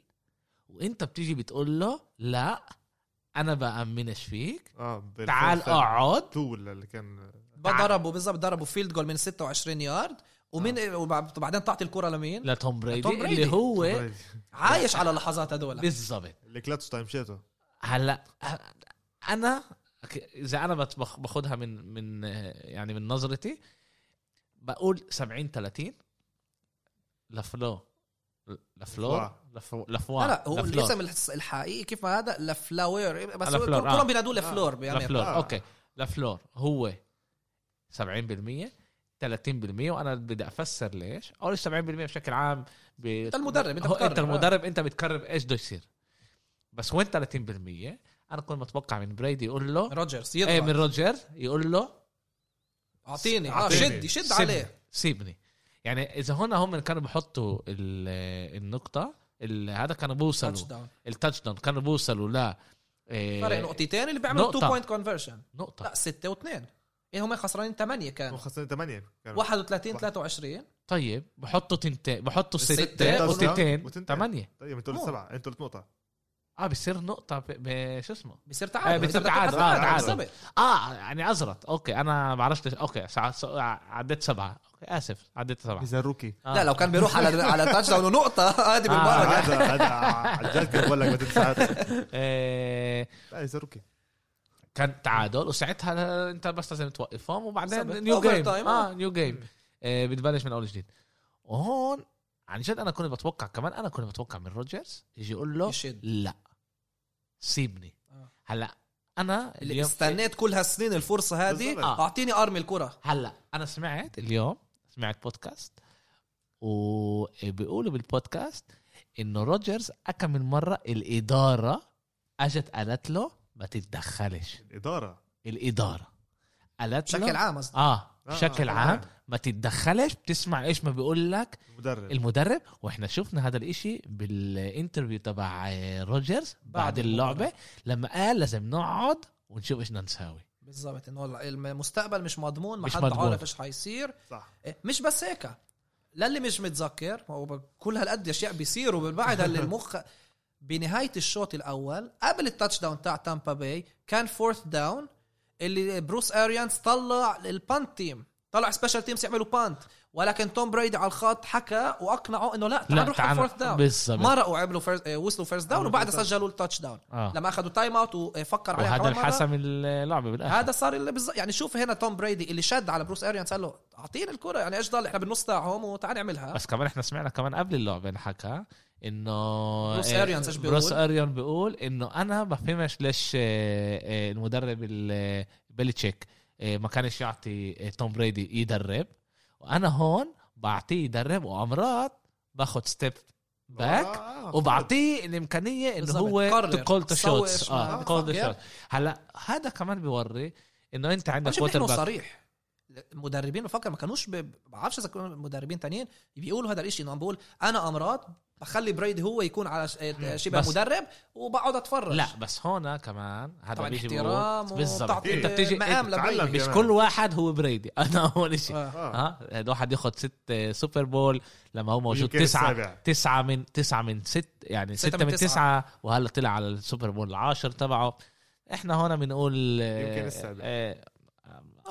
وانت بتيجي بتقول له لا انا بامنش فيك
اه بالفعل.
تعال آه، اقعد
طول اللي كان
ضربوا بالظبط ضربوا فيلد جول من 26 يارد ومين
آه.
وبعدين تعطي الكره لمين؟
لتوم بريدي
لتوم بريدي.
اللي هو
عايش على اللحظات هدول
بالظبط
اللي كلاتش تايم شيته
هلا انا ك- اذا انا بت- بخ- باخدها من من آه، يعني من نظرتي بقول 70 30 لفلو لفلو لفو لفوا
لا هو
لفلور.
الاسم الحس- الحقيقي كيف ما هذا لفلاوير بس
آه،
هو
لفلور،
كل-
آه.
كلهم بينادوه لفلور يعني
لفلور
آه.
اوكي لفلور هو 70% 30% وانا بدي افسر ليش اول 70% بشكل عام ب... انت
المدرب، أنت بتقرب،
انت
آه.
المدرب انت بتقرب ايش بده يصير بس وين 30% انا كنت متوقع من بريدي يقول له
روجرز
ايه من
يطلع
روجر يقول له
اعطيني آه،
أعطيني.
شد شد
سيبني.
عليه
سيبني يعني اذا هون هم كانوا بحطوا ال- النقطه ال- هذا كانوا
تاتش
بوصلوا
داون
التاتش داون كانوا بوصلوا ل إيه،
فرق نقطتين اللي بيعملوا 2
نقطة. طيب.
بوينت كونفرشن
نقطه
لا 6 و2 ايه هم خسرانين 8 كانوا
خسرنا 8
31 23
طيب بحطوا تنتين بحطوا
الستة
ستة
وتنتين.
وتنتين
وتنتين.
ثمانية
طيب انتوا
أوه.
سبعه انتوا نقطه
اه بصير نقطة ب- ب- شو اسمه
بصير
آه،
تعادل
بصير
إذا بدك
تعادل،
تعادل،
آه، تعادل.
بالضبط.
اه يعني ازرط اوكي انا ما عرفتش اوكي سع- سع- عديت سبعة اوكي اسف عديت سبعة
اذا روكي
آه.
لا لو كان بيروح على على تاتش داون ونقطة هذه
آه،
بالمرة
هذا هذا عن جد بقول لك ما تنسى
إيه،
لا اذا روكي
كان تعادل وساعتها انت بس لازم توقفهم
بالضبط.
وبعدين نيو
Over
جيم
time،
اه
آه.
نيو جيم آه، بتبلش من اول جديد وهون عن جد انا كنت بتوقع كمان انا كنت بتوقع من روجرز يجي يقول له
يشد.
لا سيبني
آه.
هلا انا
اللي
اليوم
استنيت كل هالسنين الفرصة هذه
بالضبط.
آه.
اعطيني ارمي الكرة
هلا انا سمعت اليوم سمعت بودكاست وبيقولوا بالبودكاست انه روجرز كم من مره الاداره اجت قالت له ما تتدخلش
الاداره
الاداره قالت له
بشكل عام قصدي.
اه
آه،
بشكل
آه،
عام
طبعاً.
ما تتدخلش بتسمع ايش ما بيقول لك
المدرب
المدرب واحنا شفنا هذا الاشي بالانترفيو تبع آه، روجرز بعد
بعد
اللعبه
المباراة.
لما قال لازم نقعد ونشوف ايش بدنا نساوي
بالضبط انه والله المستقبل مش مضمون ما
مش
حد
مضمون.
عارف ايش حيصير
صح
إيه، مش بس هيك للي مش متذكر هو ب- كل هالقد اشياء بيصيروا بالبعد اللي المخ بنهايه الشوط الاول قبل التاتش داون تاع تامبا باي كان فورث داون اللي بروس اريانز طلع البانت تيم طلع سبيشال تيمز يعملوا بانت ولكن توم بريدي على الخط حكى واقنعه انه لا تعال نروح على
تعال-
الفورث داون
بالظبط
مرقوا عملوا first- آه، وصلوا فيرست داون
عملوا
وبعدها
first down.
سجلوا التاتش داون
آه.
لما اخذوا تايم اوت وفكر عليها
وهذا
كمان مرة.
الحسم اللعبه بالاخر
هذا صار اللي بالظبط يعني شوف هنا توم بريدي اللي شد على بروس اريانز قال له اعطينا الكره يعني ايش ضل احنا بالنص تاعهم وتعال نعملها
بس كمان احنا سمعنا كمان قبل اللعبه انحكى انه
بروس
آه،
أريانز إيش بيقول؟
بروس اريان بيقول انه انا ما بفهمش ليش آه، آه، المدرب ال- بيليتشيك آه، ما كانش يعطي آه، توم بريدي يدرب وانا هون بعطيه يدرب وامرات باخد ستيب باك
آه،
وبعطيه الامكانيه انه
بالظبط.
هو
قرر.
تقول تو
سوي
شوتس
إيش
اه
ما-
تقول تو
آه،
شوتس هلا هذا كمان بيوري انه انت عندك
مش بيحكوا
quarterback.
صريح المدربين بفكر ما كانوش ب- بعرفش اذا كانوا مدربين تانيين بيقولوا هذا الشيء انه عم بقول انا امراض بخلي بريدي هو يكون على ش- آه، شبه
بس-
مدرب وبقعد اتفرج
لا بس هون كمان هذا
طبعا
بيجي
احترام
بيقول- بالظبط
وتعطي
انت بتيجي
مقام
انت-
لبريدي.
تعلم
مش
كمان.
كل واحد هو بريدي انا اول شيء
آه.
آه.
ها هذا واحد ياخذ ست آه، سوبر بول لما هو موجود
ويمكن السابع.
تسعة تسعة من تسعة من ست يعني
ستة
ستة
من
من تسعة وهلا طلع على السوبر بول العاشر تبعه احنا هون بنقول آه،
يمكن السابع.
آه،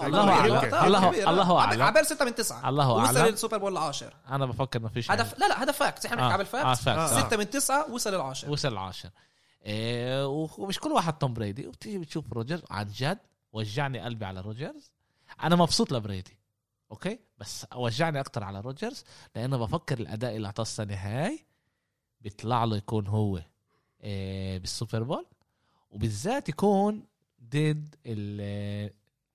الله أعلم.
الله-
يمكن. كبير.
الله
عب-
أعلم.
عبال 6 من 9
الله
وصل
أعلم.
السوبر بول العاشر
انا بفكر ما فيش يعني.
هذا ف- لا لا هذا فاكت احنا بنحكي عن
اه
الفاكت
فاكت
آه.
6 من 9 وصل العاشر
وصل العاشر آه، ومش كل واحد توم بريدي وبتيجي بتشوف روجرز عن جد وجعني قلبي على روجرز انا مبسوط لبريدي اوكي بس وجعني اكتر على روجرز لانه بفكر الاداء اللي اعطاه السنه هاي بيطلع له يكون هو آه، بالسوبر بول وبالذات يكون ضد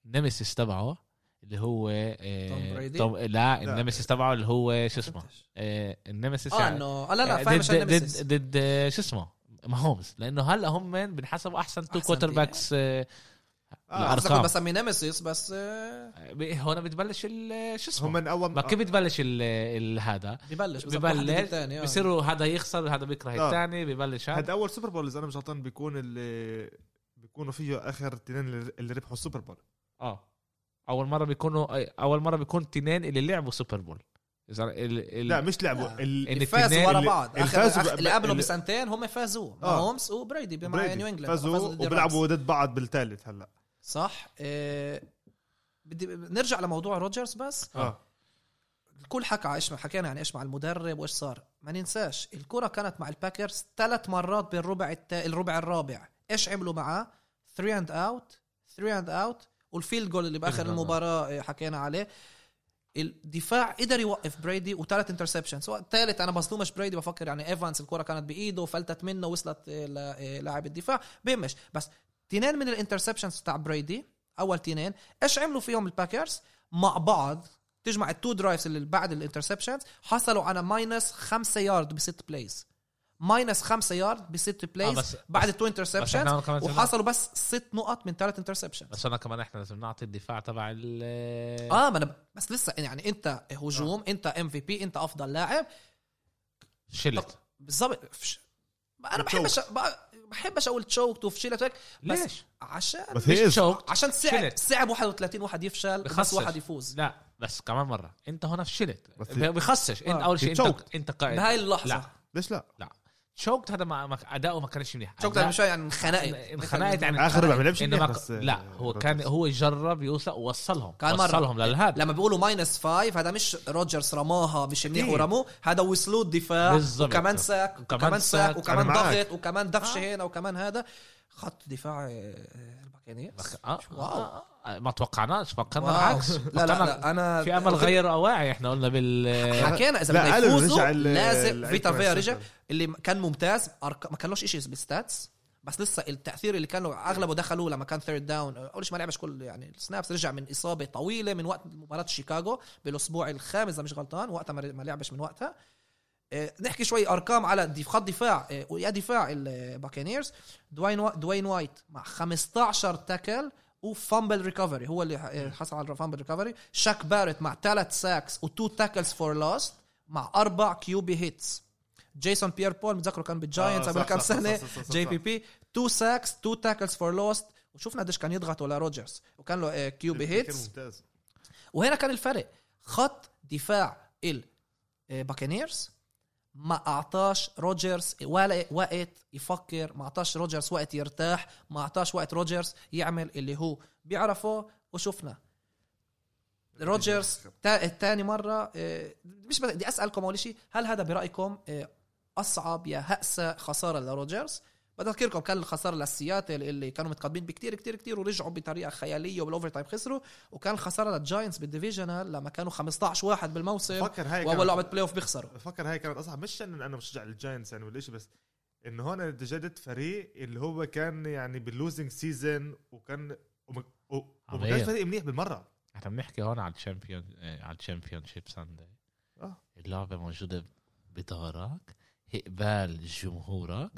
النمسيس تبعه اللي هو آه،
توم بريدي؟
توم- لا
لا.
النمسيس تبعه اللي هو شو اسمه آه، النمسيس
اه
يعني-
انه لا لا
آه،
فاهم
ضد
عشان
ضد ضد شو اسمه ماهومز لانه هلا هم بنحسبوا احسن تو
أحسن يعني.
كوتر
دقيقة.
باكس آه،
آه بس
الارقام
بسمي نمسيس بس آه،
ب- هون بتبلش ال- شو
هم
اسمه
من اول
ما كيف بتبلش ال- ال- هذا
ببلش بس
ببلش،
واحد ضد التاني، آه.
بصيروا هذا يخسر هذا بيكره
آه.
الثاني ببلش هذا
هذا اول سوبر بول اذا انا مش غلطان بيكون اللي بيكونوا فيه اخر تنين اللي- اللي ربحوا السوبر بول
اه اول مره بيكونوا أي- اول مره بيكون تنين اللي لعبوا سوبر بول اذا ال... ال...
لا مش لعبوا
لا.
ال-
إن
اللي فازوا
التنين-
ورا
اللي-
بعض
اللي
اخر
فازوا
آخر-
ب-
اللي قبلوا
اللي-
بسنتين هم فازوا
آه.
هومس وبريدي بمع نيو
بريدي
انجلاند
فازوا
فازوا ضد الرامز.
وبيلعبوا ضد بعض بالثالث هلا
صح آه، بدي نرجع لموضوع روجرز بس
آه.
اه
الكل حكى على ايش حكينا يعني ايش مع المدرب وايش صار ما ننساش الكره كانت مع الباكرز ثلاث مرات بالربع الت... الربع الرابع ايش عملوا معاه 3 اند اوت 3 اند اوت والفيلد جول اللي باخر
Field goal.
المباراه آه، حكينا عليه الدفاع قدر يوقف بريدي وثلاث انترسبشنز الثالث انا بظلمش بريدي بفكر يعني ايفانس الكره كانت بايده فلتت منه وصلت آه، ل- آه، لاعب الدفاع بهمش بس تنين من الانترسبشنز تاع بريدي اول تنين ايش عملوا فيهم الباكرز مع بعض تجمع التو درايفز اللي بعد الانترسبشنز حصلوا على ماينس 5 يارد بست بلايز ماينس 5 يارد بست بلايز
آه، بس-
بعد
بس- بس
التو
إحنا
انترسبشنز
كمان لازم
وحصلوا بس ست نقط من ثلاث انترسبشنز
بس انا كمان احنا لازم نعطي الدفاع تبع ال
اه ما انا ب- بس لسه يعني انت هجوم انت ام في بي انت افضل لاعب
شلت
بالضبط فش- انا بحبش ب- بحبش اقول تشوكت وفشلت هيك بس
ليش؟
عشان
بس هي
مش شوك
عشان صعب
شلت.
صعب 31 واحد يفشل بس
بخسر.
واحد يفوز
لا بس كمان مره انت هنا فشلت
بس-
ب- بخسش انت
آه.
اول شيء انت
بتشوكت.
انت قاعد
بهاي اللحظه
لا.
ليش لا
شوكت هذا ما ما- اداؤه ما كانش منيح
تشوكت
أداء-
يعني مش يعني انخنقت
انخنقت يعني
اخر ربع ما لعبش
انه ما
منيح
ك-
بس آه،
لا هو كان هو جرب يوصل ووصلهم
كان مرة.
وصلهم للهاد
لما بيقولوا ماينس فايف هذا مش روجرز رماها مش منيح
أكيد.
ورموه هذا وصلوا الدفاع
بالظبط.
وكمان ساك
إيه. وكمان
وكمان
ساك.
ساك وكمان
أنا معاك.
ضغط وكمان دفشه
آه.
هنا وكمان هذا خط دفاع آه، الباكانيرز
آه،
واو
آه، آه، ما توقعناش فكرنا
واو.
العكس
لا لا
فكرنا
لا انا
في امل غير اواعي احنا قلنا بال
حكينا اذا
إيه. لا،
بدنا
قالوا
يفوزوا
رجع ال-
لازم
ال-
فيتا
ال-
فيا
ال-
رجع اللي كان ممتاز أرق... ما كان لهش شيء بالستاتس بس لسه التاثير اللي كان له اغلبه دخلوه لما كان ثيرد داون اول شيء ما لعبش كل يعني السنابس رجع من اصابه طويله من وقت مباراه شيكاغو بالاسبوع الخامس اذا مش غلطان وقتها ما ما لعبش من وقتها آه، نحكي شوي ارقام على دف- خط دفاع آه، ويا دفاع آه، الباكينيرز دوين وا- دوين وايت مع 15 تاكل وفامبل ريكفري هو اللي آه، حصل على الفامبل ريكفري شاك بارت مع ثلاث ساكس وتو تاكلز فور لوست مع اربع كيوبي هيتس جيسون بيير بول متذكره كان بالجاينتس
آه،
قبل
صح،
كم
صح،
سنه
صح، صح، صح،
جي
صح.
بي بي تو ساكس تو تاكلز فور لوست وشفنا قديش كان يضغط ولا روجرز وكان له آه، كيوبي هيتس
ممتاز
وهنا كان الفرق خط دفاع الباكانيرز ما اعطاش روجرز ولا وقت يفكر ما اعطاش روجرز وقت يرتاح ما اعطاش وقت روجرز يعمل اللي هو بيعرفه وشفنا روجرز تا- تاني مرة آه، مش بدي أسألكم أول شيء هل هذا برأيكم آه، أصعب يا هأسة خسارة لروجرز بدي أذكركم كان الخسارة للسياتل اللي كانوا متقدمين بكتير كتير كتير ورجعوا بطريقة خيالية وبالأوفر تايم خسروا وكان الخسارة للجاينتس بالديفيجنال لما كانوا 15 واحد بالموسم
فكر هاي
وأول لعبة
كانت-
بلاي أوف بيخسروا
فكر هاي كانت اصعب مش انه انا مشجع للجاينتس يعني ولا شيء بس انه هون انت جدد فريق اللي هو كان يعني باللوزنج سيزون وكان وما و- وما
عمير.
كانش فريق منيح بالمره
احنا بنحكي هون على الشامبيون آه، على الشامبيون شيب ساندي
آه.
اللعبه موجوده بدارك اقبال جمهورك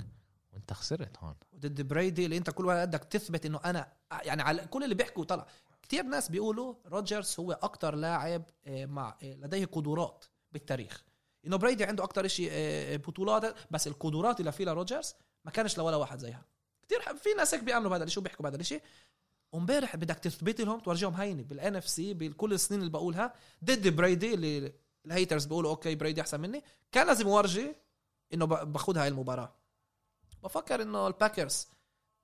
وانت خسرت هون
ضد بريدي اللي انت كل واحد بدك تثبت انه انا يعني على كل اللي بيحكوا طلع كتير ناس بيقولوا روجرز هو اكتر لاعب آه، مع آه، لديه قدرات بالتاريخ انه بريدي عنده اكتر شيء آه، بطولات بس القدرات اللي فيها روجرز ما كانش لولا واحد زيها كتير ح- في ناس هيك بيعملوا بهذا الشيء وبيحكوا بهذا الشيء وامبارح بدك تثبت لهم تورجيهم هينه بالان اف سي بكل السنين اللي بقولها ضد بريدي اللي الهيترز بيقولوا اوكي بريدي احسن مني كان لازم اورجي انه ب- باخد هاي المباراه بفكر انه الباكرز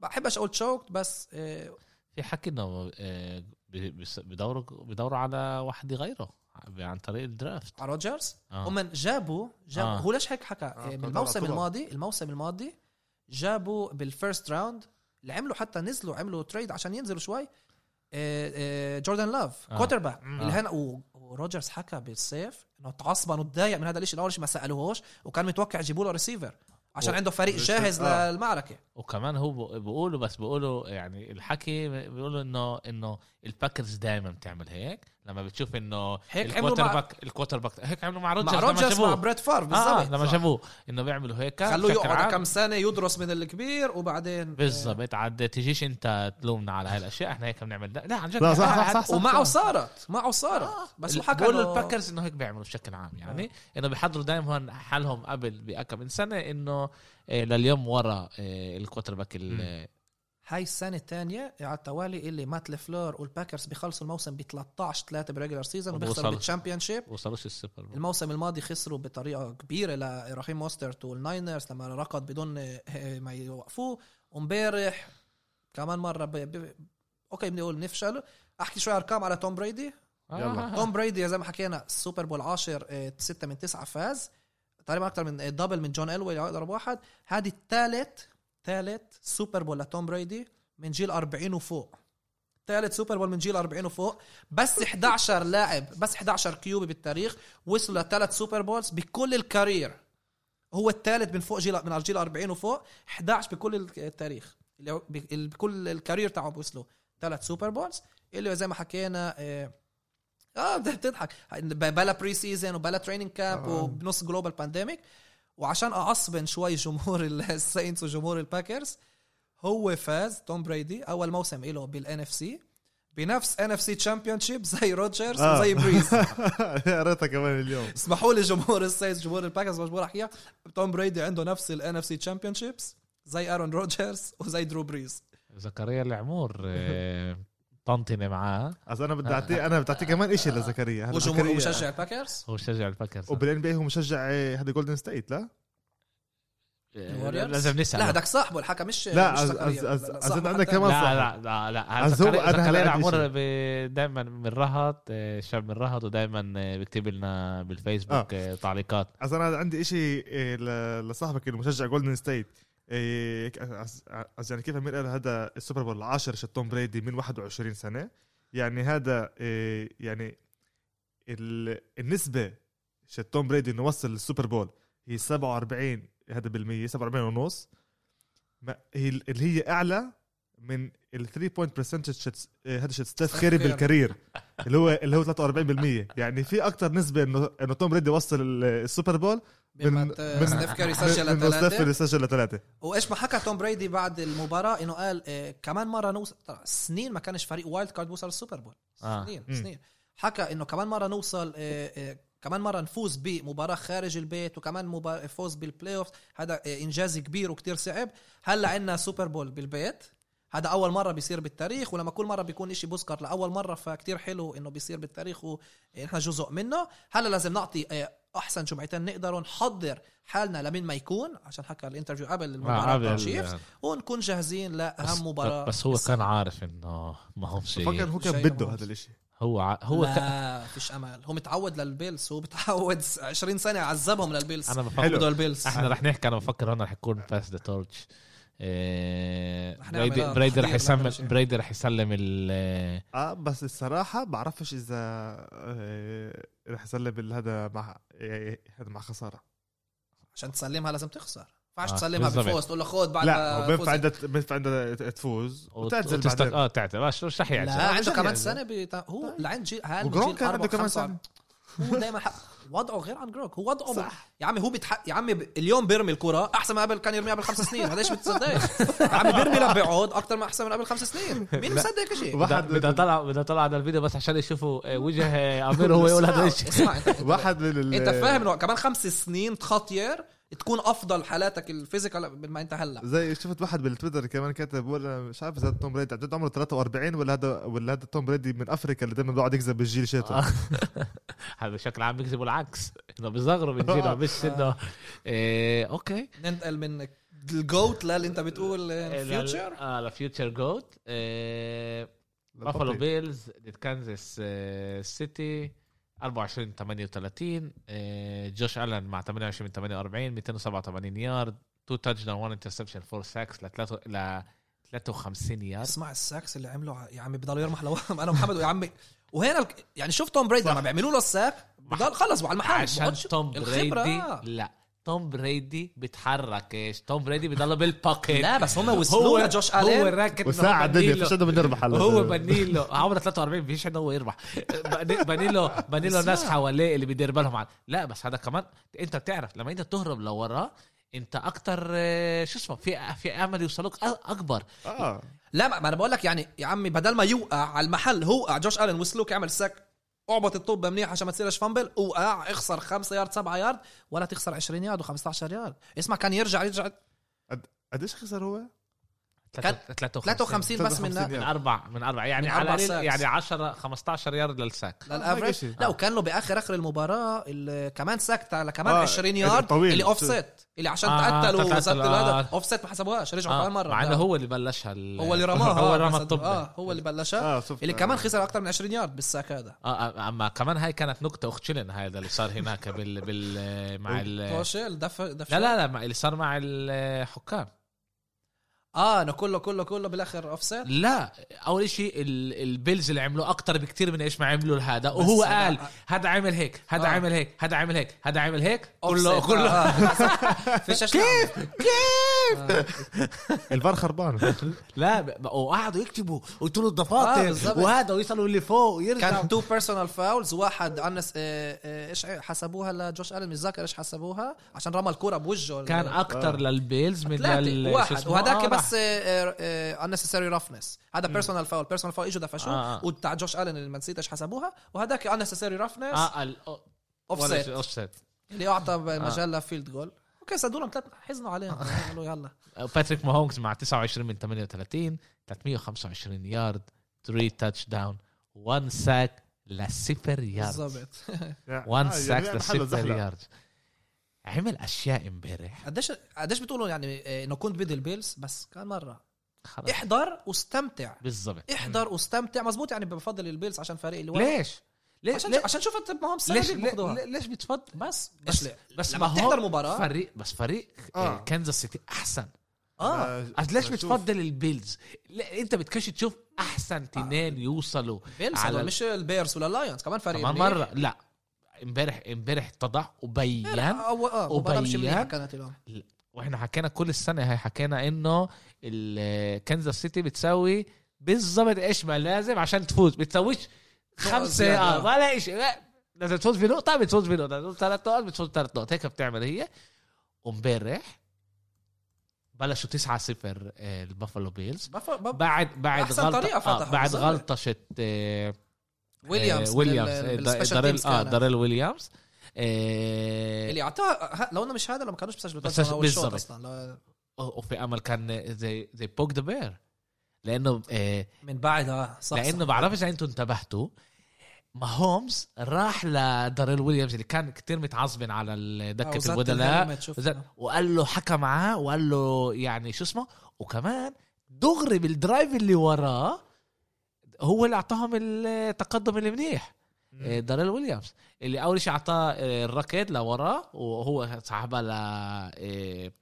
بحبش اقول تشوكت بس آه،
في حكي انه آه، بي- بيس- بدوروا بدوروا على واحد يغيره عن طريق الدرافت
على روجرز
آه.
هم جابوا جابوا
آه.
هو ليش هيك حكى آه،
كان
بالموسم
على طول.
الماضي الموسم الماضي جابوا بالفيرست راوند اللي عملوا حتى نزلوا عملوا تريد عشان ينزلوا شوي آه، آه، جوردن لاف
آه.
كوتر باك
مم.
اللي هنا و- وروجرز حكى بالصيف انه تعصبن وتضايق من هذا الشيء اول شيء ما سالوهوش وكان متوقع يجيبوا له ريسيفر عشان
و-
عنده فريق
بالفيرست-
جاهز
آه.
للمعركه
وكمان هو ب- بيقولوا بس بيقولوا يعني الحكي بيقولوا انه انه الباكرز دائما بتعمل هيك لما بتشوف انه
هيك عملوا
الكوتر
مع
باك الكوتر باك هيك عملوا مع روجرز
مع
لما
روجرز مع
جابوه
بريت فار
آه
بالضبط
لما جابوه انه بيعملوا هيك
خلوه
بشكل عام.
يقعد كم سنه يدرس من الكبير وبعدين
بالضبط عاد تجيش انت تلومنا على هالاشياء احنا هيك بنعمل لا, لا عن جد
لا، صح،
قاعد-
صح، صح، آه. صح.
ومعه صارت معه صارت بس
بس
هو حكى
بقول
إنه-
الباكرز انه هيك بيعملوا بشكل عام يعني انه بيحضروا دائما حالهم قبل بكم من سنه انه آه، لليوم ورا آه، الكوتر باك ال-
مم.
آه،
هاي السنه الثانيه على التوالي اللي مات لفلور والباكرز بيخلصوا الموسم ب 13 3 بريجلر سيزون وبيخسروا
وبوصلوا.
بالتشامبيون شيب
وصلوش السوبر بول
الموسم الماضي خسروا بطريقه كبيره لرحيم موسترت والناينرز لما ركض بدون آه، ما يوقفوه وامبارح كمان مره ب... ب... اوكي بدي اقول نفشل احكي شوي ارقام على توم بريدي
يلا
توم بريدي زي ما حكينا السوبر بول 10 6 من 9 فاز تقريبا اكثر من آه، دبل من جون الوي اقرب واحد هذه الثالث ثالث سوبر بول لتوم بريدي من جيل 40 وفوق ثالث سوبر بول من جيل 40 وفوق بس 11 لاعب بس 11 كيوبي بالتاريخ وصلوا لثلاث سوبر بولز بكل الكارير هو الثالث من فوق جيل من جيل 40 وفوق 11 بكل التاريخ اللي هو- ب- اللي بكل الكارير تاعهم وصلوا ثلاث سوبر بولز اللي زي ما حكينا آه، اه بدك تضحك ب- بلا بري سيزون وبلا تريننج كامب
آه.
وبنص جلوبال بانديميك وعشان اعصبن شوي جمهور ال- الساينتس وجمهور الباكرز هو فاز توم بريدي اول موسم له بالان اف سي بنفس ان اف سي تشامبيون شيب زي روجرز
آه.
وزي بريز
قريتها كمان اليوم
اسمحوا لي جمهور الساينتس جمهور الباكرز مجبور احكيها توم بريدي عنده نفس الان اف سي تشامبيون شيبس زي ارون روجرز وزي درو بريز
زكريا العمور آه، طنطنه معاه
اصل انا بدي اعطيه انا بدي اعطيه كمان شيء لزكريا هلا
وجمهور
زكريا-
ومشجع الباكرز
هو شجع الباكرز
وبالان بي هو مشجع آه، هذا جولدن ستيت لا؟
آه،
الوريورز؟
لازم نسال
لا هداك صاحبه الحكى مش
لا،
مش
أز-
زكريا.
أز- أز-
لا،
أز-
صاحبه
عندك
حتى-
لا
كمان صح.
لا لا لا
بس هو
زكريا-
أنا
زكريا
هلا
العمور
عندي
دائما من رهط آه، شاب من رهط ودائما آه، بيكتب لنا بالفيسبوك آه، تعليقات
اصل انا عندي شيء لصاحبك المشجع جولدن ستيت إيه، أز- أز- يعني كيف امير قال هذا السوبر بول العاشر شت توم بريدي من 21 سنه يعني هذا إيه، يعني ال- النسبه شت توم بريدي انه وصل للسوبر بول هي 47 هذا بالمية 47 ونص ما- هي ال- اللي هي اعلى من ال 3 بوينت برسنتج هذا شت ستيف
ستيف
كيري
كيري.
بالكارير اللي هو اللي هو 43% يعني في اكثر نسبه انه انه توم بريدي وصل ال- السوبر بول
بما
من-
ت-
من-
ستيف كاري آه، سجل
من- من ستيف
ثلاثه
اللي سجل ثلاثه
وايش ما حكى توم بريدي بعد المباراه انه قال آه، كمان مره نوصل طلع سنين ما كانش فريق وايلد كارد بوصل السوبر بول
آه.
سنين
مم.
سنين حكى انه كمان مره نوصل آه، آه، كمان مره نفوز بمباراه خارج البيت وكمان مبار- فوز بالبلاي اوف هذا آه، انجاز كبير وكتير صعب هلا عندنا سوبر بول بالبيت هذا اول مره بيصير بالتاريخ ولما كل مره بيكون إشي بذكر لاول مره فكتير حلو انه بيصير بالتاريخ ونحن جزء منه هلا لازم نعطي آه، احسن جمعتين نقدر نحضر حالنا لمين ما يكون عشان حكى الانترفيو قبل المباراه مع الشيفز ونكون جاهزين
آه، بس-
لاهم مباراه
بس هو كان
بالسنة.
عارف انه ما هم
فكر
شيء
هو كان
شيء
بده
مهم.
هذا الشيء
هو ع... هو ك...
لا فيش امل هو متعود للبيلز هو متعود 20 سنه عذبهم للبيلز
انا
حلو.
بفكر
بده البيلز
احنا رح نحكي انا بفكر هون رح يكون باس ذا تورتش
رح نعمل
بريدي
آه،
بريدي رح
تحضير
يسلم
لهذا الشيء.
بريدي رح يسلم ال آه،
اه بس الصراحه بعرفش اذا آه، رح يسلم ال- هذا مع إيه، هذا مع خساره
عشان تسلمها لازم تخسر ما ينفعش
آه،
تسلمها
بالضبط.
بالفوز تقول له خذ بعد إيه؟
لا
ما
هو بينفع
فزت.
عندها بينفع عندها تفوز وتعزل
وتستك...
بعدين
اه تعتل آه، شو مش رح
لا
يعتل
عنده
عشان
كمان
يعزل.
سنه بتا... هو لعند جيل هل من
وجرون
جيل
كان عنده
أربعة
كمان
وخمسة
سنه
هو دائما وضعه غير عن جروك هو وضعه ب...
صح.
يا عمي هو بتح... يا عمي ب- اليوم بيرمي الكرة احسن ما قبل كان يرميها قبل خمس سنين هذا ايش بتصدق يا عمي بيرمي لبعد اكثر ما احسن من قبل خمس سنين مين مصدق شيء
واحد
بدي اطلع بدي اطلع على الفيديو بس عشان يشوفوا آه، وجه آه، امير هو يقول هذا الشيء
اسمع انت
واحد من ال-
انت فاهم انه كمان خمس سنين تخطير تكون افضل حالاتك الفيزيكال من ما انت هلا
زي شفت واحد بالتويتر كمان كاتب ولا مش عارف اذا هذا توم بريدي عن جد عمره 43 ولا هذا ولا هذا توم بريدي من افريقيا اللي دائما بيقعد يكذب بالجيل
آه،
شيطان
هذا بشكل عام بيكذبوا العكس انه بيصغروا من جيلهم مش انه آه، اوكي
ننتقل من الجوت للي انت بتقول فيوتشر
اه لفيوتشر جوت آه، بافالو بيلز ضد كانزاس uh, سيتي 24 38 آه، جوش الن مع 28 48 287 يارد تو تاتش داون 1 انترسبشن 4 ساكس ل 3 ل 53 يارد
اسمع الساكس اللي عمله ع- يا عمي بضلوا يرمح لوهم انا محمد ويا عمي وهنا الك- يعني شوف توم بريدي لما بيعملوا له الساك بضل خلص على المحل
عشان
بقعدش-
توم
الخبرة،
بريدي
آه.
لا توم بريدي بيتحرك ايش توم بريدي بيضل بالباكيت
لا بس هم وصلوا لجوش الين
هو راكد
وساعة الدنيا فيش حدا بده يربح هلا
هو بنيل له عمره 43 فيش حدا هو يربح بني- بنيل له بنيل له
بس
ناس
لا.
حواليه اللي بيدير بالهم على لا بس هذا كمان انت بتعرف لما انت تهرب لورا انت اكتر آه، شو اسمه في في امل يوصلوك أ- اكبر
آه،
اه
لا ما ما انا بقول لك يعني يا عمي بدل ما يوقع على المحل هوقع جوش الين وصلوك يعمل سك اعبط الطوبه منيح عشان ما تصيرش فامبل اوقع اخسر 5 يارد 7 يارد ولا تخسر 20 يارد و15 يارد اسمع كان يرجع يرجع
قديش خسر هو؟
كان 53 بس
53
من
من اربع من اربع يعني
من
على
أربع
القليل
ساكس.
يعني 10 15 يارد للساك
هيك
للافريج
شيء.
لا وكان له باخر اخر المباراة ال- كمان ساكت على كمان
آه،
20
اللي
يارد
طويل.
اللي اوف سيت اللي عشان
آه،
تقتلوا
تقتلوا،
وزدت
آه.
هذا اوف سيت ما حسبوهاش رجعوا
آه
كمان مره
مع
لا.
انه هو اللي بلشها ال-
هو اللي رماها
هو
آه،
اللي رمى
بس-
الطب
اه هو اللي بلشها
اه شفت
اللي كمان خسر اكثر من 20 يارد بالساك هذا
اه اما كمان هاي كانت نكته اخت شلن هذا اللي صار هناك بال بال مع ال
توشيل دف دف
إيه. لا لا لا مع اللي صار مع الحكام
اه انا كله كله كله بالاخر اوف سيت
لا اول شيء البيلز اللي عملوه اكتر بكتير من ايش ما عملوا هذا وهو
بس أنا-
قال هذا عمل هيك هذا
آه.
عمل هيك هذا عمل هيك هذا عمل هيك كله
كله
كله
كله فيش كيف كيف
الفار خربان
لا ب- وقعدوا يكتبوا ويطولوا
آه،
الضفادع
بالظبط.
وهذا ويصلوا اللي فوق ويرجعوا
كان تو بيرسونال فاولز واحد انس آه، آه، ايش حسبوها لجوش الن مش ذاكر ايش حسبوها عشان رمى الكرة بوجهه
كان اكتر للبيلز من لل-
ثلاثة
شو
آه. واحد
اسمه؟
وهذاك
آه،
بس آه، انسيسري رفنس هذا بيرسونال فاول بيرسونال فاول اجوا
آه، آه.
دفشوه وبتاع جوش الن اللي ما نسيت ايش حسبوها وهذاك انسيسري رفنس
اه ال- أو-
اوف
ولا
سيت
شيء، آه. offset.
اللي اعطى مجال لفيلد جول اوكي صدوا لهم ثلاث حزنوا عليهم
آه.
قالوا يلا
باتريك ماهونز مع 29 من 38 325 يارد 3 تاتش داون 1 ساك لصفر يارد
بالضبط آه، يعني
1 ساك لصفر يارد عمل اشياء امبارح
قديش قديش بتقولوا يعني آه، انه كنت بدي البيلز بس كان مره
خلاص
احضر واستمتع
بالضبط
احضر واستمتع مزبوط يعني بفضل البيلز عشان فريق الوالد
ليش؟ ليش
عشان
ليش
عشان شفت ما هم
ليش
سنه
ليش,
بياخذوها
ليش بتفضل
بس
بس-
بس ليه؟
بس
لما
ما هو
بتحضر مباراه
فريق بس فريق
آه.
آه. كانزاس سيتي احسن
اه
أصل ليش بتفضل البيلز؟ لا انت بتكش تشوف احسن تنين يوصلوا
بيلز
على
هدول
ال-
مش البيرس ولا اللايونز كمان آه. فريق
كمان
منيح.
مره لا امبارح امبارح اتضح وبين
أو- اه مباراه مش منيحه
وبيان.
كانت اليوم
واحنا حكينا كل السنه هي حكينا انه كنزاس سيتي بتسوي بالظبط ايش ما لازم عشان تفوز بتسويش خمسه
زيادة.
اه ولا شيء لا، لازم تفوز بنقطه بتفوز بنقطه لازم ثلاث نقط بتفوز ثلاث نقط هيك بتعمل هي وامبارح بلشوا 9 0 البافالو بيلز
بف- بف-
بعد بعد
أحسن
غلطه
طريقة
آه
فتحوا،
بعد
بالظبط.
غلطشه آه،
ويليامز
آه، ويليامز
بال-
آه،
بالسبيشال
داريل
تيمز
اه
كانت. إيه،
داريل ويليامز آه،
اللي اعطاها ه- لو انه مش هذا لو ما كانوش بيسجلوا
بس
touchdown اول شوط
بالظبط.
اصلا لو-
وفي امل كان زي زي بوك ذا بير لانه آه
من بعد اه صح
لانه
صح.
بعرفش اذا انتم انتبهتوا ما هومز راح لداريل ويليامز اللي كان كتير متعصب على ال-
آه، وزت
دكه البدلاء
الهلمت، شفت.
وزت- وقال له حكى معاه وقال له يعني شو اسمه وكمان دغري بالدرايف اللي وراه هو اللي اعطاهم التقدم المنيح آه، داريل ويليامز اللي اول شيء اعطاه آه، الركض لوراه وهو سحبها ل آه،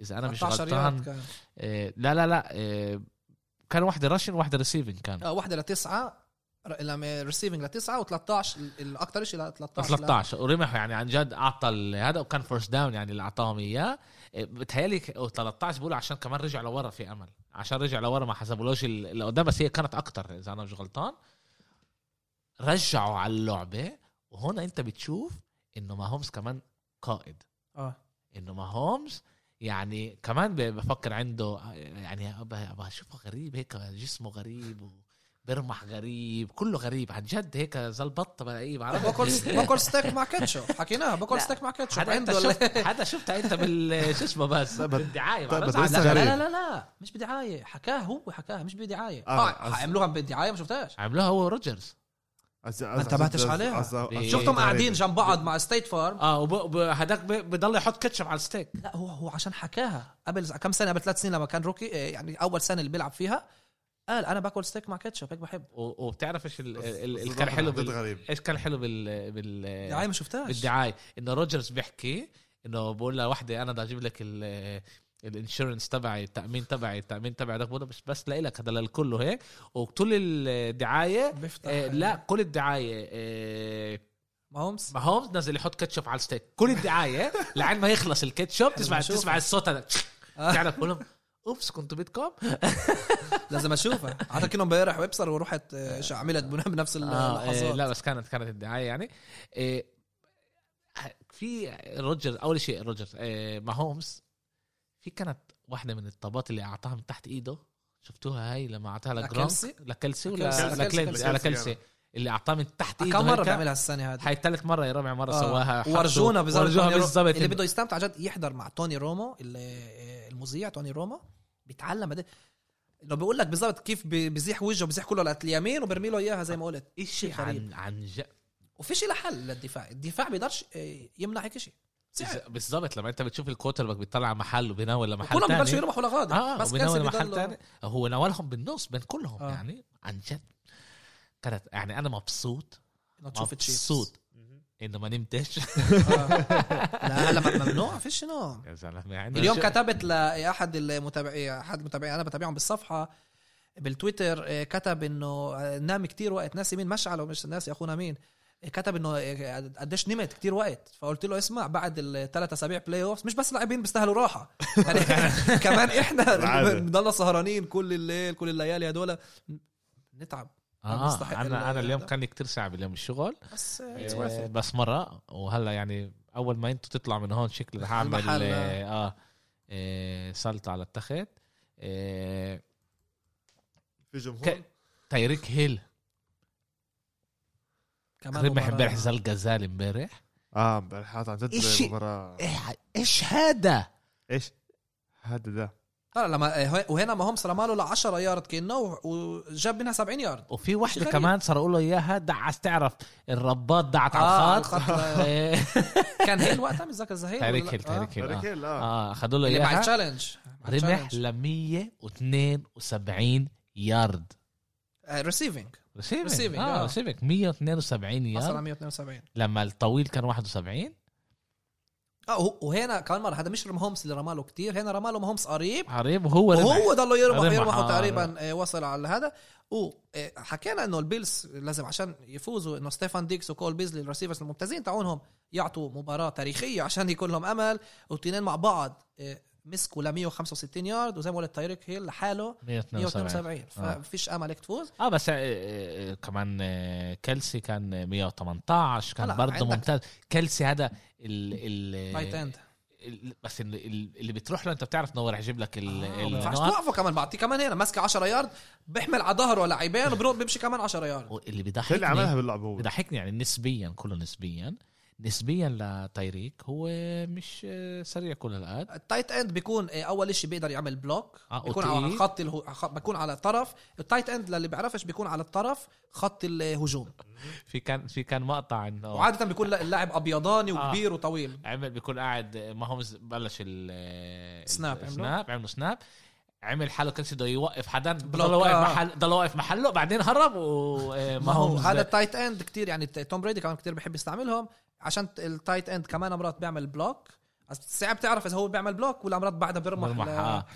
اذا انا مش
14
غلطان
يارد كان.
آه، لا لا لا آه، كان واحدة راشن وواحدة ريسيفنج كان
آه، واحده لتسعه ر- لما ريسيفنج لتسعه و13 الاكثر شيء ل 13 لا.
13 ورمح يعني عن جد اعطى ال- هذا وكان فيرست داون يعني اللي اعطاهم اياه آه، بتهيألي ك- أو 13 بقول عشان كمان رجع لورا في امل عشان رجع لورا ما حسبولوش ال- اللي قدام بس هي كانت اكتر اذا انا مش غلطان رجعوا على اللعبه وهنا انت بتشوف انه ما هومز كمان قائد
اه
انه ما هومز يعني كمان ب- بفكر عنده يعني ب- بشوفه غريب هيك جسمه غريب وبرمح غريب كله غريب عن جد هيك زي البطه بلاقيه بعرف
باكل باكل ستيك مع كاتشو حكيناها باكل
لا.
ستيك مع كاتشو
حدا انت
عنده ال-
شفت حدا شفتها انت بال شو اسمه بس
طيب،
بالدعايه
طيب،
بعرفش
بس
عن-
لسه
لا
لا،
غريب.
لا لا لا مش بدعايه حكاها هو حكاها مش بدعايه
آه،
اه عملوها بدعايه ما شفتهاش
عملوها هو روجرز
ما انتبهتش عليها.
إيه،
شفتهم
طيب.
قاعدين جنب بعض مع ستيت فارم
اه وب- وب- هداك ب- بضل يحط كاتشب على الستيك
لا هو هو عشان حكاها قبل ز- كم سنه قبل ثلاث سنين لما كان روكي آه، يعني اول سنه اللي بيلعب فيها قال انا باكل ستيك مع كاتشب هيك بحب
و- وبتعرف ايش ال- ال- ال- كان حلو بال-
غريب
ايش كان حلو بال بال
دعايه ما شفتهاش
بالدعايه انه روجرز بيحكي انه بقول لها وحده انا بدي اجيب لك ال الانشورنس تبعي التامين تبعي التامين تبعي ده بقول لها بس بس لإلك هذا للكل هيك وكل الدعايه إيه،
بيفتح
آه لا كل الدعايه آه
ما هومس
ما هومز نزل يحط كاتشب على الستيك كل الدعايه لعين ما يخلص الكاتشب تسمع
بشوف.
تسمع الصوت هذا قاعد اقول لهم اوبس كنتوا بدكم
لازم اشوفها اعتقد انه امبارح ويبصر ورحت آه، شو عملت بن- بنفس
إيه. آه إيه، لا
اللحظات
بس كانت كانت الدعايه يعني إيه في روجرز اول شيء روجرز إيه مع هومز في كانت واحده من الطابات اللي اعطاها من تحت ايده شفتوها هاي لما اعطاها لجرانك
لكلسي؟
لكلسي
لكلسي،
ولا
لكلسي،
لكلينز
لكلسي.
على كلسي اللي اعطاها من تحت ايده
إيه، كم مره
هيك.
بيعملها السنه هذه
هاي ثالث مره يا رابع مره
آه.
سواها حطوا-
ورجونا بالظبط
ورجوها
توني رو-
بالظبط
اللي بده يستمتع جد يحضر مع توني رومو اللي- المذيع توني رومو بيتعلم هذا انه بيقول لك بالظبط كيف بي- بيزيح وجهه بيزيح كله لليمين وبرمي له اياها زي ما قلت
شيء
غريب.
عن عن ج...
وفي شيء لحل للدفاع الدفاع بيقدرش آه، يمنع هيك شيء صعب.
بالظبط لما انت بتشوف الكوتر باك بيطلع محل وبيناول لمحل
كلهم ببلشوا
ثاني
يربحوا لغادر
اه بس
كانسل
بيناول محل
بيضل-
ثاني هو ناولهم بالنص بين كلهم
آه.
يعني عن جد كانت يعني انا مبسوط
إنه تشوف التشيفز.
مبسوط انه ما نمتش
لا هلا م- ممنوع فيش نوم
يا زلمه يعني
اليوم
شو-
كتبت لاحد المتابعين احد المتابعين انا بتابعهم بالصفحه بالتويتر آه، كتب انه آه، نام كتير وقت ناسي مين مشعل ومش ناسي اخونا مين آه، كتب انه آه، قديش نمت كتير وقت فقلت له اسمع بعد الثلاث اسابيع بلاي اوف مش بس لاعبين بيستاهلوا راحه يعني كمان احنا
العادة.
بنضلنا سهرانين كل الليل كل الليالي هدول نتعب مستحق
اه انا انا
ال-
اليوم
ده.
كان كتير صعب اليوم الشغل
بس اتس
آه، بس مره وهلا يعني اول ما انتوا تطلعوا من هون شكل هعمل
المحل،
آه، اه آه، سلطه على التخت آه،
في جمهور
ك- تايريك هيل
كمان
ربح
مباراة.
امبارح زلقه زال امبارح
اه بالحاط عن جد
إشي.
مباراة
إيه- ايش هذا؟
ايش هذا ده
طلع لما وهنا ما هم رمى له ل 10 يارد كانه وجاب منها 70 يارد
وفي واحدة
غريب.
كمان صاروا له اياها دعس تعرف الرباط دعت
آه،
على
على
الخط
الخط.
إيه،
كان هيل وقتها مش ذاكر زهير
تاريك هيل تاريك هيل
هذا
آه.
كيل اه
اه اخذوا له
اللي يعني مع
اياها
التشالنج مع
رمح
التشالنج.
ل 172 يارد
آه، ريسيفينج
ريسيفنج
Receiving،
اه
آه.
ريسيفنج 172
حصل على
يارد
172
لما الطويل كان 71
اه وه- وهنا كمان مره هذا مش رم هومس اللي رمى له كثير هنا رمى له هومس قريب
قريب وهو
وهو ضل يربح
رمح،
يربح
آه،
تقريبا آه، وصل على هذا وحكينا انه البيلز لازم عشان يفوزوا انه ستيفان ديكس وكول بيزلي الرسيفرز الممتازين تاعونهم يعطوا مباراه تاريخيه عشان يكون لهم امل والاثنين مع بعض آه، مسكوا ل 165 يارد وزي ما قلت تايريك هيل لحاله
172
172
آه.
ففيش امل هيك تفوز
اه بس آه، آه، آه، كمان آه، كيلسي كان آه، 118 كان
لا،
برضه
عندك-
ممتاز كيلسي هذا ال
نايت
ال
اند
ال- بس ال- ال- اللي بتروح له انت بتعرف نور يجيب لك ال-
آه، ما ينفعش
النار
توقفه كمان بعطيه كمان هنا ماسكه 10 يارد بيحمل على ظهره لاعبين وبروح بيمشي كمان 10 يارد
اللي
اللي عملها
بيضحكني
باللعب هو
بيضحكني يعني نسبيا كله نسبيا نسبيا لتايريك هو مش آه، سريع كل الآن
التايت اند بيكون آه، اول شيء بيقدر يعمل بلوك
آه،
بيكون
أوكي.
على الخط الهو... خ- بيكون على طرف التايت اند للي بيعرفش بيكون على الطرف خط الهجوم
في كان في كان مقطع انه
وعاده بيكون لا- اللاعب ابيضاني
آه.
وكبير وطويل
عمل بيكون قاعد آه، ما هو مز- بلش ال- آه،
سناب
ال-
عملوا؟
سناب عملوا سناب عمل حاله كان بده يوقف حدا
بلوك،
ضل واقف
آه.
محل ضل واقف محله بعدين هرب وما
ما هو
هو
هذا التايت اند كتير يعني ت- توم بريدي كمان كتير بحب يستعملهم عشان ت- التايت اند كمان مرات بيعمل بلوك صعب تعرف اذا هو بيعمل بلوك ولا مرات بعدها بيرمح ل- آه،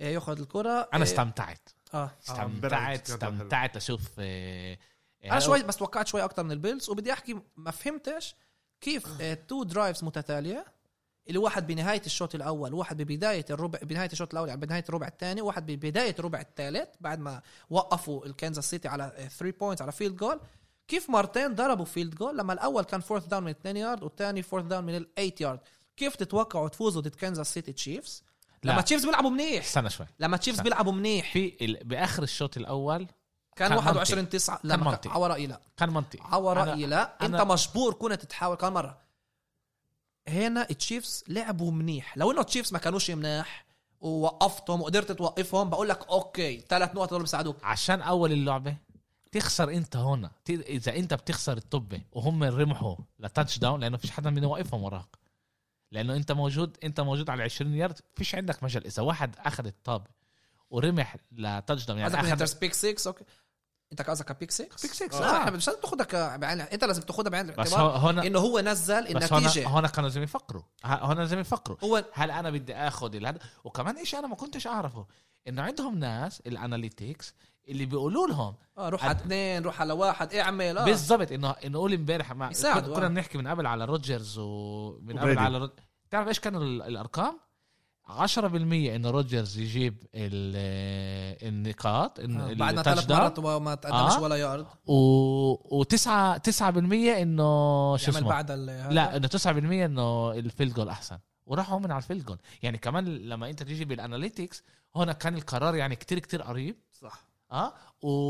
ياخذ الكرة
انا
آه،
آه، استمتعت
اه
امبارح
استمتعت
كانت حلوة.
استمتعت اشوف آه،
انا شوي بس توقعت شوي اكثر من البيلز وبدي احكي ما فهمتش كيف آه، تو درايفز متتاليه اللي واحد بنهايه الشوط الاول واحد ببدايه الربع بنهايه الشوط الاول يعني بنهايه الربع الثاني واحد ببدايه الربع الثالث بعد ما وقفوا الكنزاس سيتي على 3 بوينتس على فيلد جول كيف مرتين ضربوا فيلد جول لما الاول كان فورث داون من 2 يارد والثاني فورث داون من ال 8 يارد كيف تتوقعوا تفوزوا ضد كنزاس سيتي تشيفز
لا.
لما تشيفز بيلعبوا منيح
استنى شوي
لما تشيفز
صح.
بيلعبوا منيح
في ال- باخر الشوط الاول
كان
كان
21 9
كان
لما
منطقي.
على رايي لا
كان منطقي
على رايي لا انت
أنا-
مجبور كنت تحاول كمان مره هنا التشيفز لعبوا منيح لو انه التشيفز ما كانوش مناح ووقفتهم وقدرت توقفهم بقول لك اوكي ثلاث نقط دول بيساعدوك
عشان اول اللعبه تخسر انت هنا ت- اذا انت بتخسر الطبه وهم رمحوا لتاتش داون لانه فيش حدا من يوقفهم وراك لانه انت موجود انت موجود على 20 يارد فيش عندك مجال اذا واحد اخذ الطابه ورمح لتاتش داون يعني
قصدك
اخذ
بيك 6 اوكي انت قصدك كبيك 6
بيك 6
لا
آه.
احنا مش لازم تاخدها ك- بعين انت لازم تاخدها بعين
بس
الاعتبار
هو- هون
انه هو نزل
بس هون
النتيجه
هون كانوا لازم يفكروا ه- هون لازم يفكروا
هو
هل انا بدي اخذ الهد... وكمان شيء انا ما كنتش اعرفه انه عندهم ناس الاناليتكس اللي بيقولوا لهم
اه روح على
أد-
اثنين روح على واحد اعمل اه
بالضبط انه انه قول امبارح مع
يساعدوا،
كنا-
آه.
كنا بنحكي من قبل على روجرز ومن قبل
وبريدي.
على رود... تعرف ايش كانوا ال- الارقام 10% انه روجرز يجيب ال- النقاط
آه،
إن
بعد ما
التاتش
ثلاث
داون.
مرات وما تقدمش
آه.
ولا يارد
و و9 9% انه شو
يعمل
اسمه
بعد ال- هذا.
لا انه 9% انه الفيلد جول احسن وراحوا من على الفيلد جول يعني كمان لما انت تيجي بالاناليتكس هنا كان القرار يعني كتير كتير قريب
صح
اه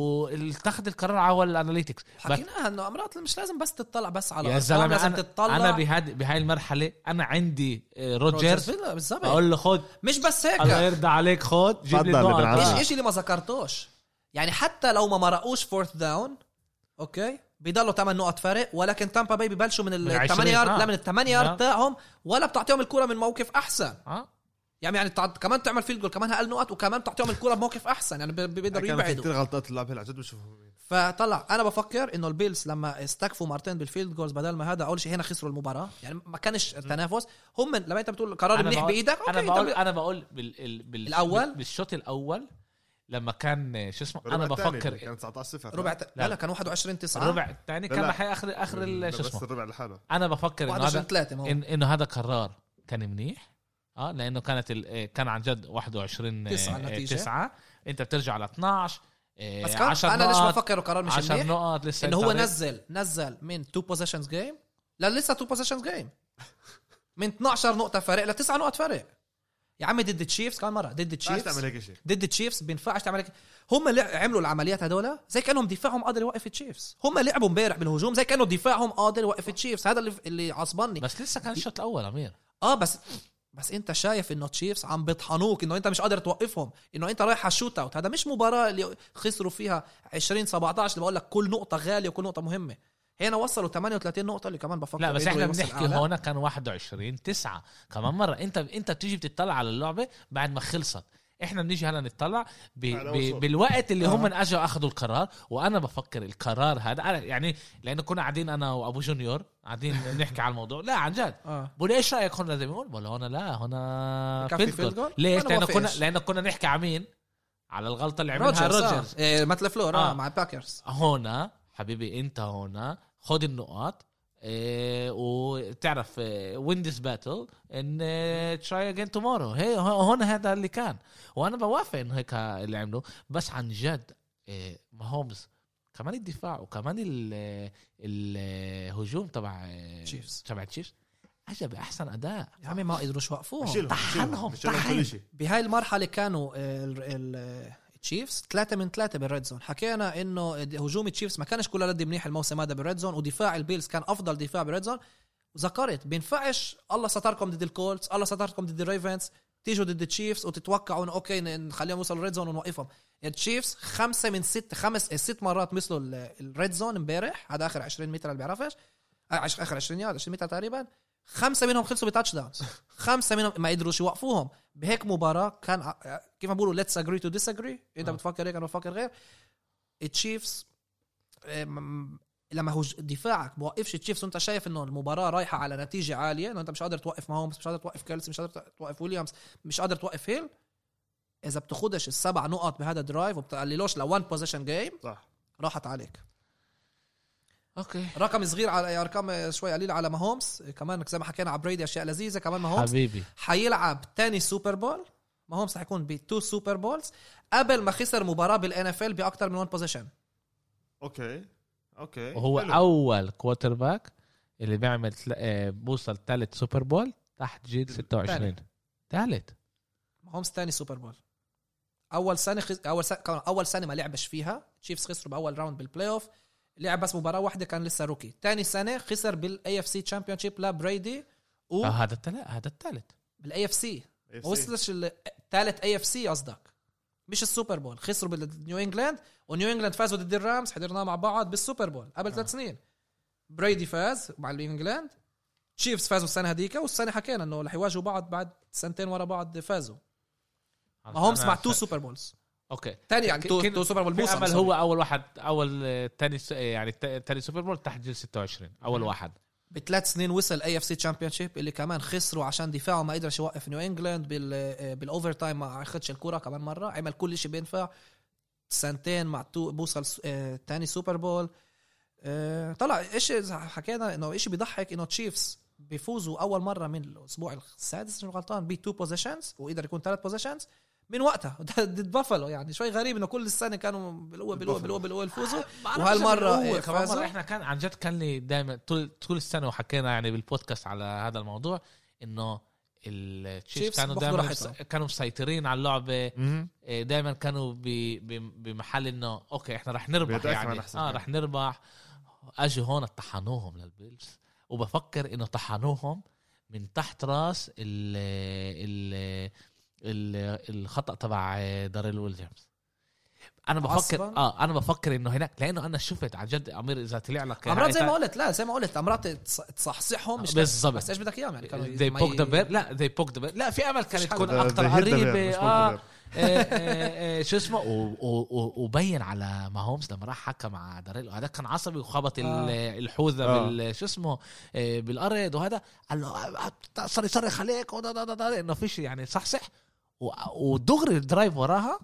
واتخذ القرار على الاناليتكس
حكيناها انه امرات مش لازم بس تطلع بس على
يا
أرقام،
زلمة
لازم
أنا-
تطلع
انا بهاد بهاي المرحله انا عندي آه، روجرز
بال- بالظبط
بقول له خد
مش بس هيك
الله يرضى عليك خد جيب لي
تفضل ابن
النقط.
العم.
آه.
ايش ايش اللي ما ذكرتوش يعني حتى لو ما مرقوش فورث داون اوكي بيضلوا 8 نقط فرق ولكن تامبا باي ببلشوا من ال
من
8
20
يارد
آه.
لا من ال 8
آه.
يارد تاعهم ولا بتعطيهم الكره من موقف احسن
اه
يعني يعني تع- كمان تعمل فيلد جول كمان اقل نقط وكمان بتعطيهم الكره بموقف احسن يعني بي- بي- بيقدروا
كان في
يبعدوا
كثير غلطات اللعب هلا عن جد بشوفهم
فطلع انا بفكر انه البيلز لما استكفوا مرتين بالفيلد جولز بدل ما هذا اول شيء هنا خسروا المباراه يعني ما كانش تنافس هم من لما انت بتقول قرار
أنا
منيح
بقول-
بايدك
انا
أوكي،
بقول
طب-
انا بقول بال... ال... بال...
الأول؟
بالشوط الاول لما كان آه، شو اسمه انا بفكر
كان 19 0
ربع ت-
لا.
لا لا كان 21 9
الربع الثاني كان
لا.
رح اخر اخر ال- شو
بس
اسمه
الربع لحاله
انا بفكر انه
21
هذا
3 ما هو
إن انه هذا قرار كان منيح اه لانه كانت ال- آه، كان عن جد آه، 21
تسعة النتيجة.
9 انت بترجع ل 12 آه،
بس كان
10
انا ليش
نقط
بفكر قرار مش
10
منيح
نقط لسه
انه هو
أنت-
نزل نزل من 2 بوزيشنز جيم لا لسه 2 بوزيشنز جيم من 12 نقطه فرق ل 9 نقط فرق يا عمي ضد تشيفز كمان مره ضد
ما
تشيفز
تعمل هيك شيء
ضد تشيفز بينفعش تعمل هيك هم اللي عملوا العمليات هدول زي كانهم دفاعهم قادر يوقف تشيفز هم لعبوا امبارح بالهجوم زي كانوا دفاعهم قادر يوقف تشيفز هذا اللي اللي عصبني
بس لسه كان الشوط الاول امير
اه بس بس انت شايف انه تشيفز عم بيطحنوك انه انت مش قادر توقفهم انه انت رايح على الشوت اوت هذا مش مباراه اللي خسروا فيها 20 17 اللي بقول لك كل نقطه غاليه وكل نقطه مهمه هنا وصلوا 38 نقطه اللي كمان بفكر
لا بس
بيقدروا
احنا
يوصل
بنحكي
أعلى.
هون كان 21 9 كمان مره انت انت بتيجي بتطلع على اللعبه بعد ما خلصت احنا بنيجي هلا نطلع ب...
على
ب...
وصول.
بالوقت اللي هم
آه.
اجوا اخذوا القرار وانا بفكر القرار هذا أنا يعني لانه كنا قاعدين انا وابو جونيور قاعدين نحكي على الموضوع لا عن جد
اه
بقول لي ايش رايك هون لازم يقول بقول له هون لا هون
كان في
آه، field goal.
field goal؟
ليش
أنا
لانه كنا
بوافقش.
لانه كنا نحكي على مين على الغلطه اللي عملها
روجرز آه.
روجرز
إيه مات لفلور آه.
آه.
مع الباكرز
هون حبيبي انت هون خد النقاط إيه وتعرف آه، وين ذيس باتل ان تراي اجين تومورو هي هون هذا اللي كان وانا بوافق انه هيك اللي عملوا بس عن جد إيه ماهومز كمان الدفاع وكمان ال- الهجوم تبع آه،
Chiefs.
تبع تشيفز اجى باحسن اداء
يا عمي ما قدروش يوقفوهم
شيلهم
طحنهم،
شيلهم شيلهم
طحن.
كل شيء
بهاي المرحله كانوا ال- ال- التشيفز ثلاثة من ثلاثة بالريد زون حكينا انه هجوم التشيفز ما كانش كل قد منيح الموسم هذا بالريد زون ودفاع البيلز كان افضل دفاع بالريد زون وذكرت بينفعش الله ستركم ضد الكولتس الله ستركم ضد الريفنز تيجوا ضد التشيفز وتتوقعوا انه اوكي ن- نخليهم يوصلوا الريد زون ونوقفهم التشيفز خمسة من ست خمس إيه، ست مرات مثلوا ال- الريد زون امبارح هذا اخر 20 متر اللي بيعرفش آه، عش- اخر 20 يارد 20 متر تقريبا خمسة منهم خلصوا بتاتش داونز خمسة منهم ما قدروش يوقفوهم بهيك مباراة كان ع- كيف ما بيقولوا ليتس اجري تو ديس اجري انت
آه.
بتفكر هيك انا بفكر غير التشيفز أم، لما هو دفاعك بوقفش التشيفز وانت شايف انه المباراة رايحة على نتيجة عالية انه انت مش قادر توقف ماهومز مش قادر توقف كيلسي مش قادر توقف ويليامز مش قادر توقف هيل اذا بتاخدش السبع نقط بهذا الدرايف وبتقللوش لوان بوزيشن جيم
صح
راحت عليك
اوكي
رقم صغير على ارقام شوي قليله على ماهومز كمان زي ما حكينا على بريدي اشياء لذيذه كمان ماهومز
حبيبي
حيلعب تاني سوبر بول ماهومز حيكون بتو سوبر بولز قبل ما خسر مباراه بالان اف ال باكثر من 1 بوزيشن
اوكي اوكي
وهو
حلو.
اول كوارتر باك اللي بيعمل تل... آه، بوصل ثالث سوبر بول تحت جيل 26 ثالث
ماهومز تاني سوبر بول اول سنه خس... اول سنه كمان اول سنه ما لعبش فيها تشيفز خسروا باول راوند بالبلاي اوف لعب بس مباراه واحده كان لسه روكي تاني سنه خسر بالاي اف سي تشامبيون شيب لبريدي و
آه، هذا التل... هذا الثالث
بالاي اف سي
AFC.
ما وصلش الثالث اي اف سي قصدك مش السوبر بول خسروا بالنيو انجلاند ونيو انجلاند فازوا ضد الرامز حضرناه مع بعض بالسوبر بول قبل ثلاث سنين بريدي فاز مع نيو انجلاند تشيفز فازوا السنه هذيك والسنه حكينا انه رح يواجهوا بعض بعد سنتين ورا بعض فازوا ما هومس مع تو سوبر بولز
اوكي
ثاني يعني
تو-
كيلو
تو-
سوبر بول
في
موسم
امل
صار.
هو اول واحد اول ثاني يعني ثاني سوبر بول تحت جيل 26 اول واحد
بثلاث سنين وصل اي اف سي تشامبيون شيب اللي كمان خسروا عشان دفاعه ما قدرش يوقف نيو انجلاند بال بالاوفر تايم ما اخذش الكره كمان مره عمل كل شيء بينفع سنتين مع تو بوصل س- آه، تاني سوبر بول آه، طلع ايش حكينا انه ايش بيضحك انه تشيفز بيفوزوا اول مره من الاسبوع السادس مش غلطان ب 2 بوزيشنز وقدر يكون 3 بوزيشنز من وقتها ضد بافلو يعني شوي غريب انه كل السنه كانوا بالاول بالاول بالاول بالاول يفوزوا وهالمرة
هو
إيه،
كمان
فازوا.
مرة احنا كان عن جد كان لي دائما طول طول السنه وحكينا يعني بالبودكاست على هذا الموضوع انه التشيفز
Chiefs
كانوا
بياخدوا
دائما
راحتهم.
كانوا مسيطرين على اللعبه
مهم.
دائما آه، كانوا ب- ب- بمحل انه اوكي احنا رح نربح
بيدافع
يعني
عن أحسن
اه
حاجة.
رح نربح اجوا هون طحنوهم للبيلز وبفكر انه طحنوهم من تحت راس ال ال ال الخطا تبع آه، داريل ويليامز انا بفكر
عصباً؟
اه انا بفكر انه هناك لانه انا شفت عن جد امير اذا طلع لك
امرات زي ما قلت لا زي ما قلت امرات تص- تصحصحهم مش
بالظبط.
بس ايش بدك اياهم يعني كانوا
they
ما
poked the
ي-
bear لا they poked the bear لا في امل كانت
فيش حل.
تكون
ده-
اكثر
ده hit the bear،
قريبه
مش
اه
poke the bear.
إيه إيه إيه شو اسمه و- و- و- وبين على ما هومز لما راح حكى مع داريل هذا كان عصبي وخبط ال-
آه.
الحوذه
آه.
بال شو اسمه إيه، بالارض وهذا قال له "آه، "أ- صار يصرخ عليك ودا- دا- دا- دا- انه فيش يعني صحصح و- ودغري الدرايف وراها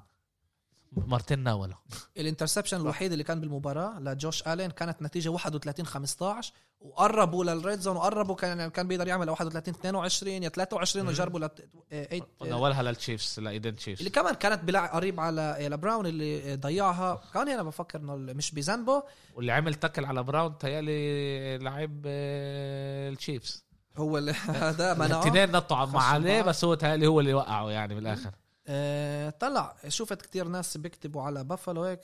مرتين ناوله
الانترسبشن الوحيد اللي كان بالمباراه لجوش الين كانت نتيجه 31 15 وقربوا للريد زون وقربوا كان يعني كان بيقدر يعمل 31 22 يا 23 وجربوا لت... آه، eight- آه،
ناولها للتشيفز لايدن تشيفز
اللي كمان كانت بلع قريب على لبراون اللي آه، ضيعها كان هنا بفكر انه مش بذنبه
واللي عمل تكل على براون تيالي لعيب آه، التشيفز
هو اللي هذا منعه
الاثنين نطوا مع
خسروا
عليه
بعض.
بس هو تهيألي هو اللي وقعه يعني بالاخر
آه، طلع شفت كتير ناس بيكتبوا على بافالو هيك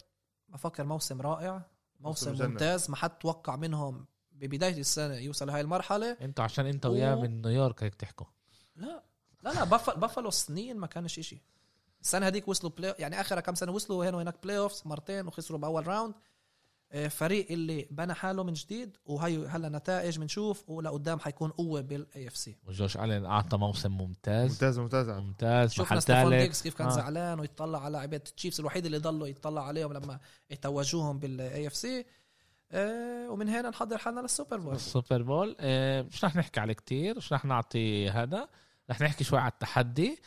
بفكر موسم رائع موسم
موسم مجنن.
ممتاز ما حد توقع منهم ببدايه السنه يوصل لهي المرحله
انتوا عشان انت وياه
و-
من نيويورك هيك تحكوا
لا لا لا بافالو, بافالو سنين ما كانش إشي السنه هذيك وصلوا بلاي يعني اخر كم سنه وصلوا هنا وهناك بلاي اوفز مرتين وخسروا باول راوند آه، فريق اللي بنى حاله من جديد وهي هلا نتائج بنشوف ولقدام حيكون قوه بالاي اف سي
وجوش الين اعطى موسم ممتاز
ممتاز ممتاز عم.
ممتاز
شفنا
محل
ستيفان
ثالث
ديكس كيف كان
آه.
آه. زعلان ويتطلع على لعيبه التشيفز الوحيد اللي ضلوا يتطلع عليهم لما توجوهم بالاي اف سي آه، ومن هنا نحضر حالنا للسوبر بول
السوبر بول آه، مش رح نحكي عليه كتير مش رح نعطي هذا رح نحكي شوي على التحدي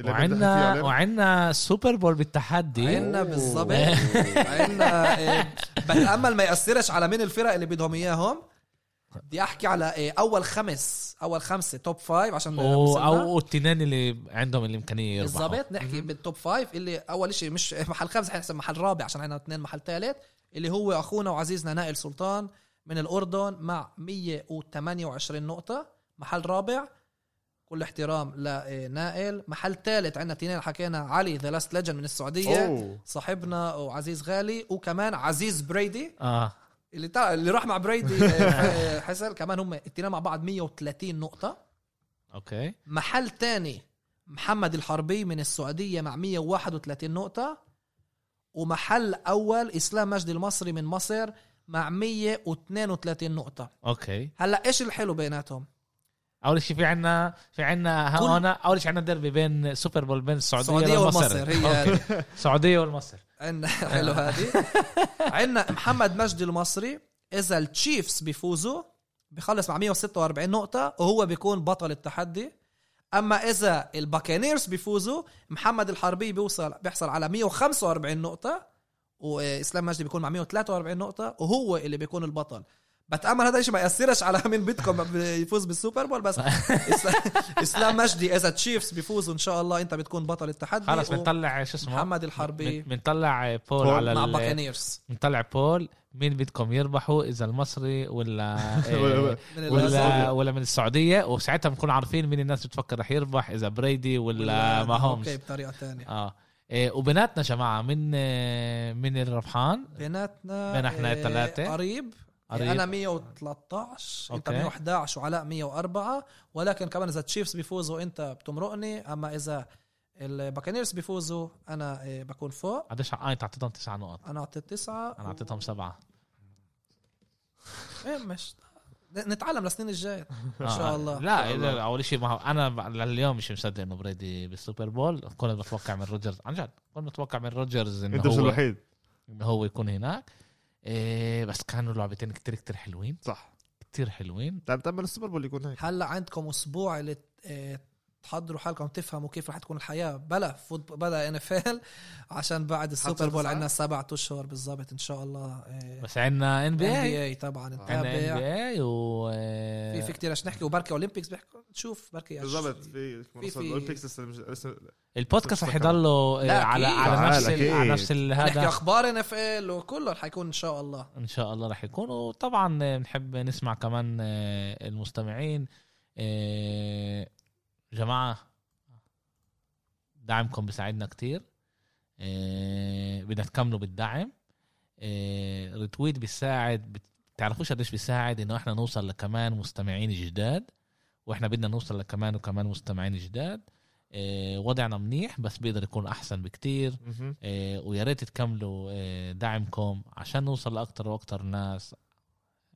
اللي بدنا نحكي
وعندنا
عليه.
وعندنا سوبر بول بالتحدي
عنا
أوه.
بالظبط عنا آه، بتامل ما ياثرش على مين الفرق اللي بدهم اياهم بدي احكي على آه، اول خمس اول خمسه توب فايف عشان
و-
وصلنا.
او التنين اللي عندهم الامكانيه يربحوا
بالضبط نحكي بالتوب فايف اللي اول شيء مش محل خمسه حنحسب محل رابع عشان عندنا اثنين محل ثالث اللي هو اخونا وعزيزنا نائل سلطان من الاردن مع 128 نقطه محل رابع كل احترام لنائل محل ثالث عندنا تنين حكينا علي ذا لاست ليجند من السعوديه
أوه.
صاحبنا وعزيز غالي وكمان عزيز بريدي
اه
اللي تع... اللي راح مع بريدي آه، حسن كمان هم التنين مع بعض 130 نقطه
اوكي
محل تاني محمد الحربي من السعودية مع 131 نقطة ومحل أول إسلام مجدي المصري من مصر مع 132 نقطة
اوكي
هلا إيش الحلو بيناتهم
اول شيء في عندنا في عندنا
كل-
هون اول شيء عندنا ديربي بين سوبر بول بين السعوديه,
السعودية
والمصر
والمصر هي هذه.
السعوديه والمصر
عنا حلو هذه عنا محمد مجدي المصري إذا التشيفز بيفوزوا بخلص مع 146 نقطة وهو بيكون بطل التحدي أما إذا الباكانيرز بيفوزوا محمد الحربي بيوصل بيحصل على 145 نقطة وإسلام مجدي بيكون مع 143 نقطة وهو اللي بيكون البطل بتامل هذا الشيء ما ياثرش على مين بدكم يفوز بالسوبر بول بس إس- اسلام مجدي اذا تشيفز بيفوزوا ان شاء الله انت بتكون بطل التحدي
خلص
و-
بنطلع شو اسمه
محمد الحربي
بنطلع بول
بول
على
مع
ال-
باكانيرز
نطلع بول مين بدكم يربحوا اذا المصري ولا إيه،
ولا-
من
ولا
الأسد.
ولا من السعوديه وساعتها بنكون عارفين مين الناس بتفكر رح يربح اذا بريدي ولا
اوكي
ماهومز
بطريقه ثانيه
اه إيه، وبناتنا جماعه من إيه، من الربحان
بيناتنا
بين إحنا
آه،
التلاتة. قريب.
قريب قريب انا 113 انت
أوكي.
111 وعلاء 104 ولكن كمان اذا التشيفز بيفوزوا انت بتمرقني اما اذا الباكانيرز بيفوزوا انا آه، بكون فوق
قديش ع- اه انت اعطيتهم تسع نقط
انا اعطيت تسعه
انا اعطيتهم سبعه
و- إيه، مش نتعلم للسنين الجايه
ان
شاء الله.
إن
آه. لا
شاء الله.
إذا اول شيء ما هو- انا ب- لليوم مش مصدق انه بريدي بالسوبر بول كنت بتوقع من روجرز عن جد كنت بتوقع من روجرز انه
انت مش
هو
الوحيد
انه هو يكون هناك إيه بس كانوا لعبتين كتير كتير حلوين
صح
كتير حلوين
طب تعمل السوبر بول يكون هيك
هلا عندكم اسبوع اللي ت- آه، تحضروا حالكم تفهموا كيف رح تكون الحياه بلا فوت بلا ان اف ال عشان بعد السوبر بول
تسعة؟
عندنا سبعة اشهر بالضبط ان شاء الله آه،
بس عندنا ان
ان
بي اي
بي اي طبعا
عندنا ان
نتابع
بي اي و
في في كثير رح نحكي وبركي اولمبيكس بحكوا نشوف بركي
بالضبط في
في-
منصة
في-
الاولمبيكس لسه مش- لسه
البودكاست رح يضله إيه،
لا،
على
أكيد.
على نفس
تعال،
ال- على
أكيد.
نفس ال-
نحكي
هذا
اخبار ان اف ال وكله رح يكون ان شاء الله
ان شاء الله رح يكون وطبعا آه، بنحب نسمع كمان آه، المستمعين آه، جماعه دعمكم بيساعدنا كتير آه، بدنا تكملوا بالدعم آه، ريتويت بيساعد بت- بتعرفوش قديش بيساعد انه احنا نوصل لكمان مستمعين جداد واحنا بدنا نوصل لكمان وكمان مستمعين جداد آه، وضعنا منيح بس بيقدر يكون احسن بكتير
مهم.
إيه، ويا ريت تكملوا إيه، دعمكم عشان نوصل لاكتر واكتر ناس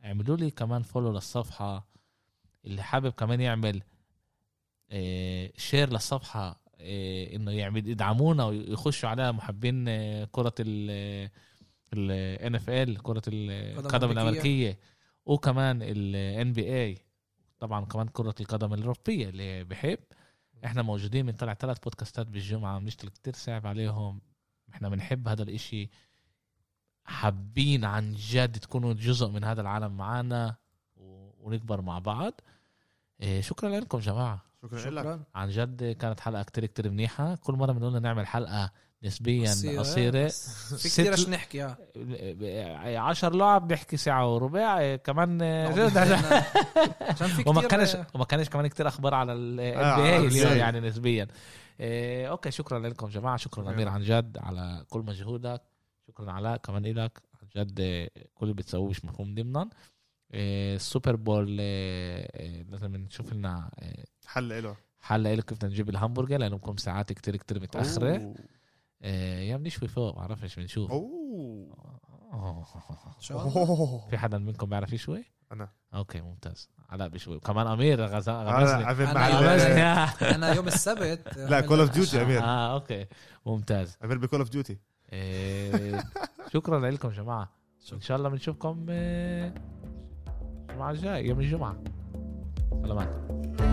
اعملوا لي كمان فولو للصفحه اللي حابب كمان يعمل إيه، شير للصفحه إيه، انه يعمل يدعمونا ويخشوا عليها محبين إيه، كره ال آه، ال اف ال كره ال- القدم الامريكيه وكمان الان بي اي طبعا كمان كره القدم الاوروبيه اللي بحب احنا موجودين بنطلع ثلاث بودكاستات بالجمعه بنشتغل كتير صعب عليهم احنا بنحب هذا الاشي حابين عن جد تكونوا جزء من هذا العالم معنا و- ونكبر مع بعض إيه، شكرا لكم جماعه
شكرا لك
شكرا
عن جد كانت حلقه كتير كتير منيحه كل مره بنقول نعمل حلقه نسبيا قصيره
في كثير
ست-
رح نحكي آه.
إيه، عشر لعب بيحكي ساعة وربع إيه، كمان إيه،
عشان في
وما
كتير-
كانش وما كانش كمان كتير اخبار على ال
آه، على
NBA اليوم
ال-
يعني نسبيا إيه، اوكي شكرا لكم جماعه شكرا امير عن جد على كل مجهودك شكرا علاء كمان إلك عن جد إيه، كل اللي بتسووه مش مفهوم ضمنا إيه، السوبر بول إيه، إيه، لازم نشوف لنا إيه،
حل له
حل لك كيف بدنا نجيب الهمبرجر لانه بكون ساعات كتير كتير متاخره
أوه.
إيه، يا بنشوي فوق بعرفش بنشوف
اوه
أوه.
إن شاء الله.
أوه.
في حدا منكم بيعرف يشوي؟
أنا.
اوكي ممتاز علاء بيشوي كمان امير غزا غمزني
أنا عفن
أنا
مع
عفن.
ال-
غمزني
انا يوم السبت
لا كول اوف ديوتي امير
اه اوكي ممتاز
امير بكول اوف ديوتي
إيه، شكرا لكم جماعه ان شاء الله آه، بنشوفكم إيه، الجمعه الجاي يوم الجمعه سلامات
ديوتي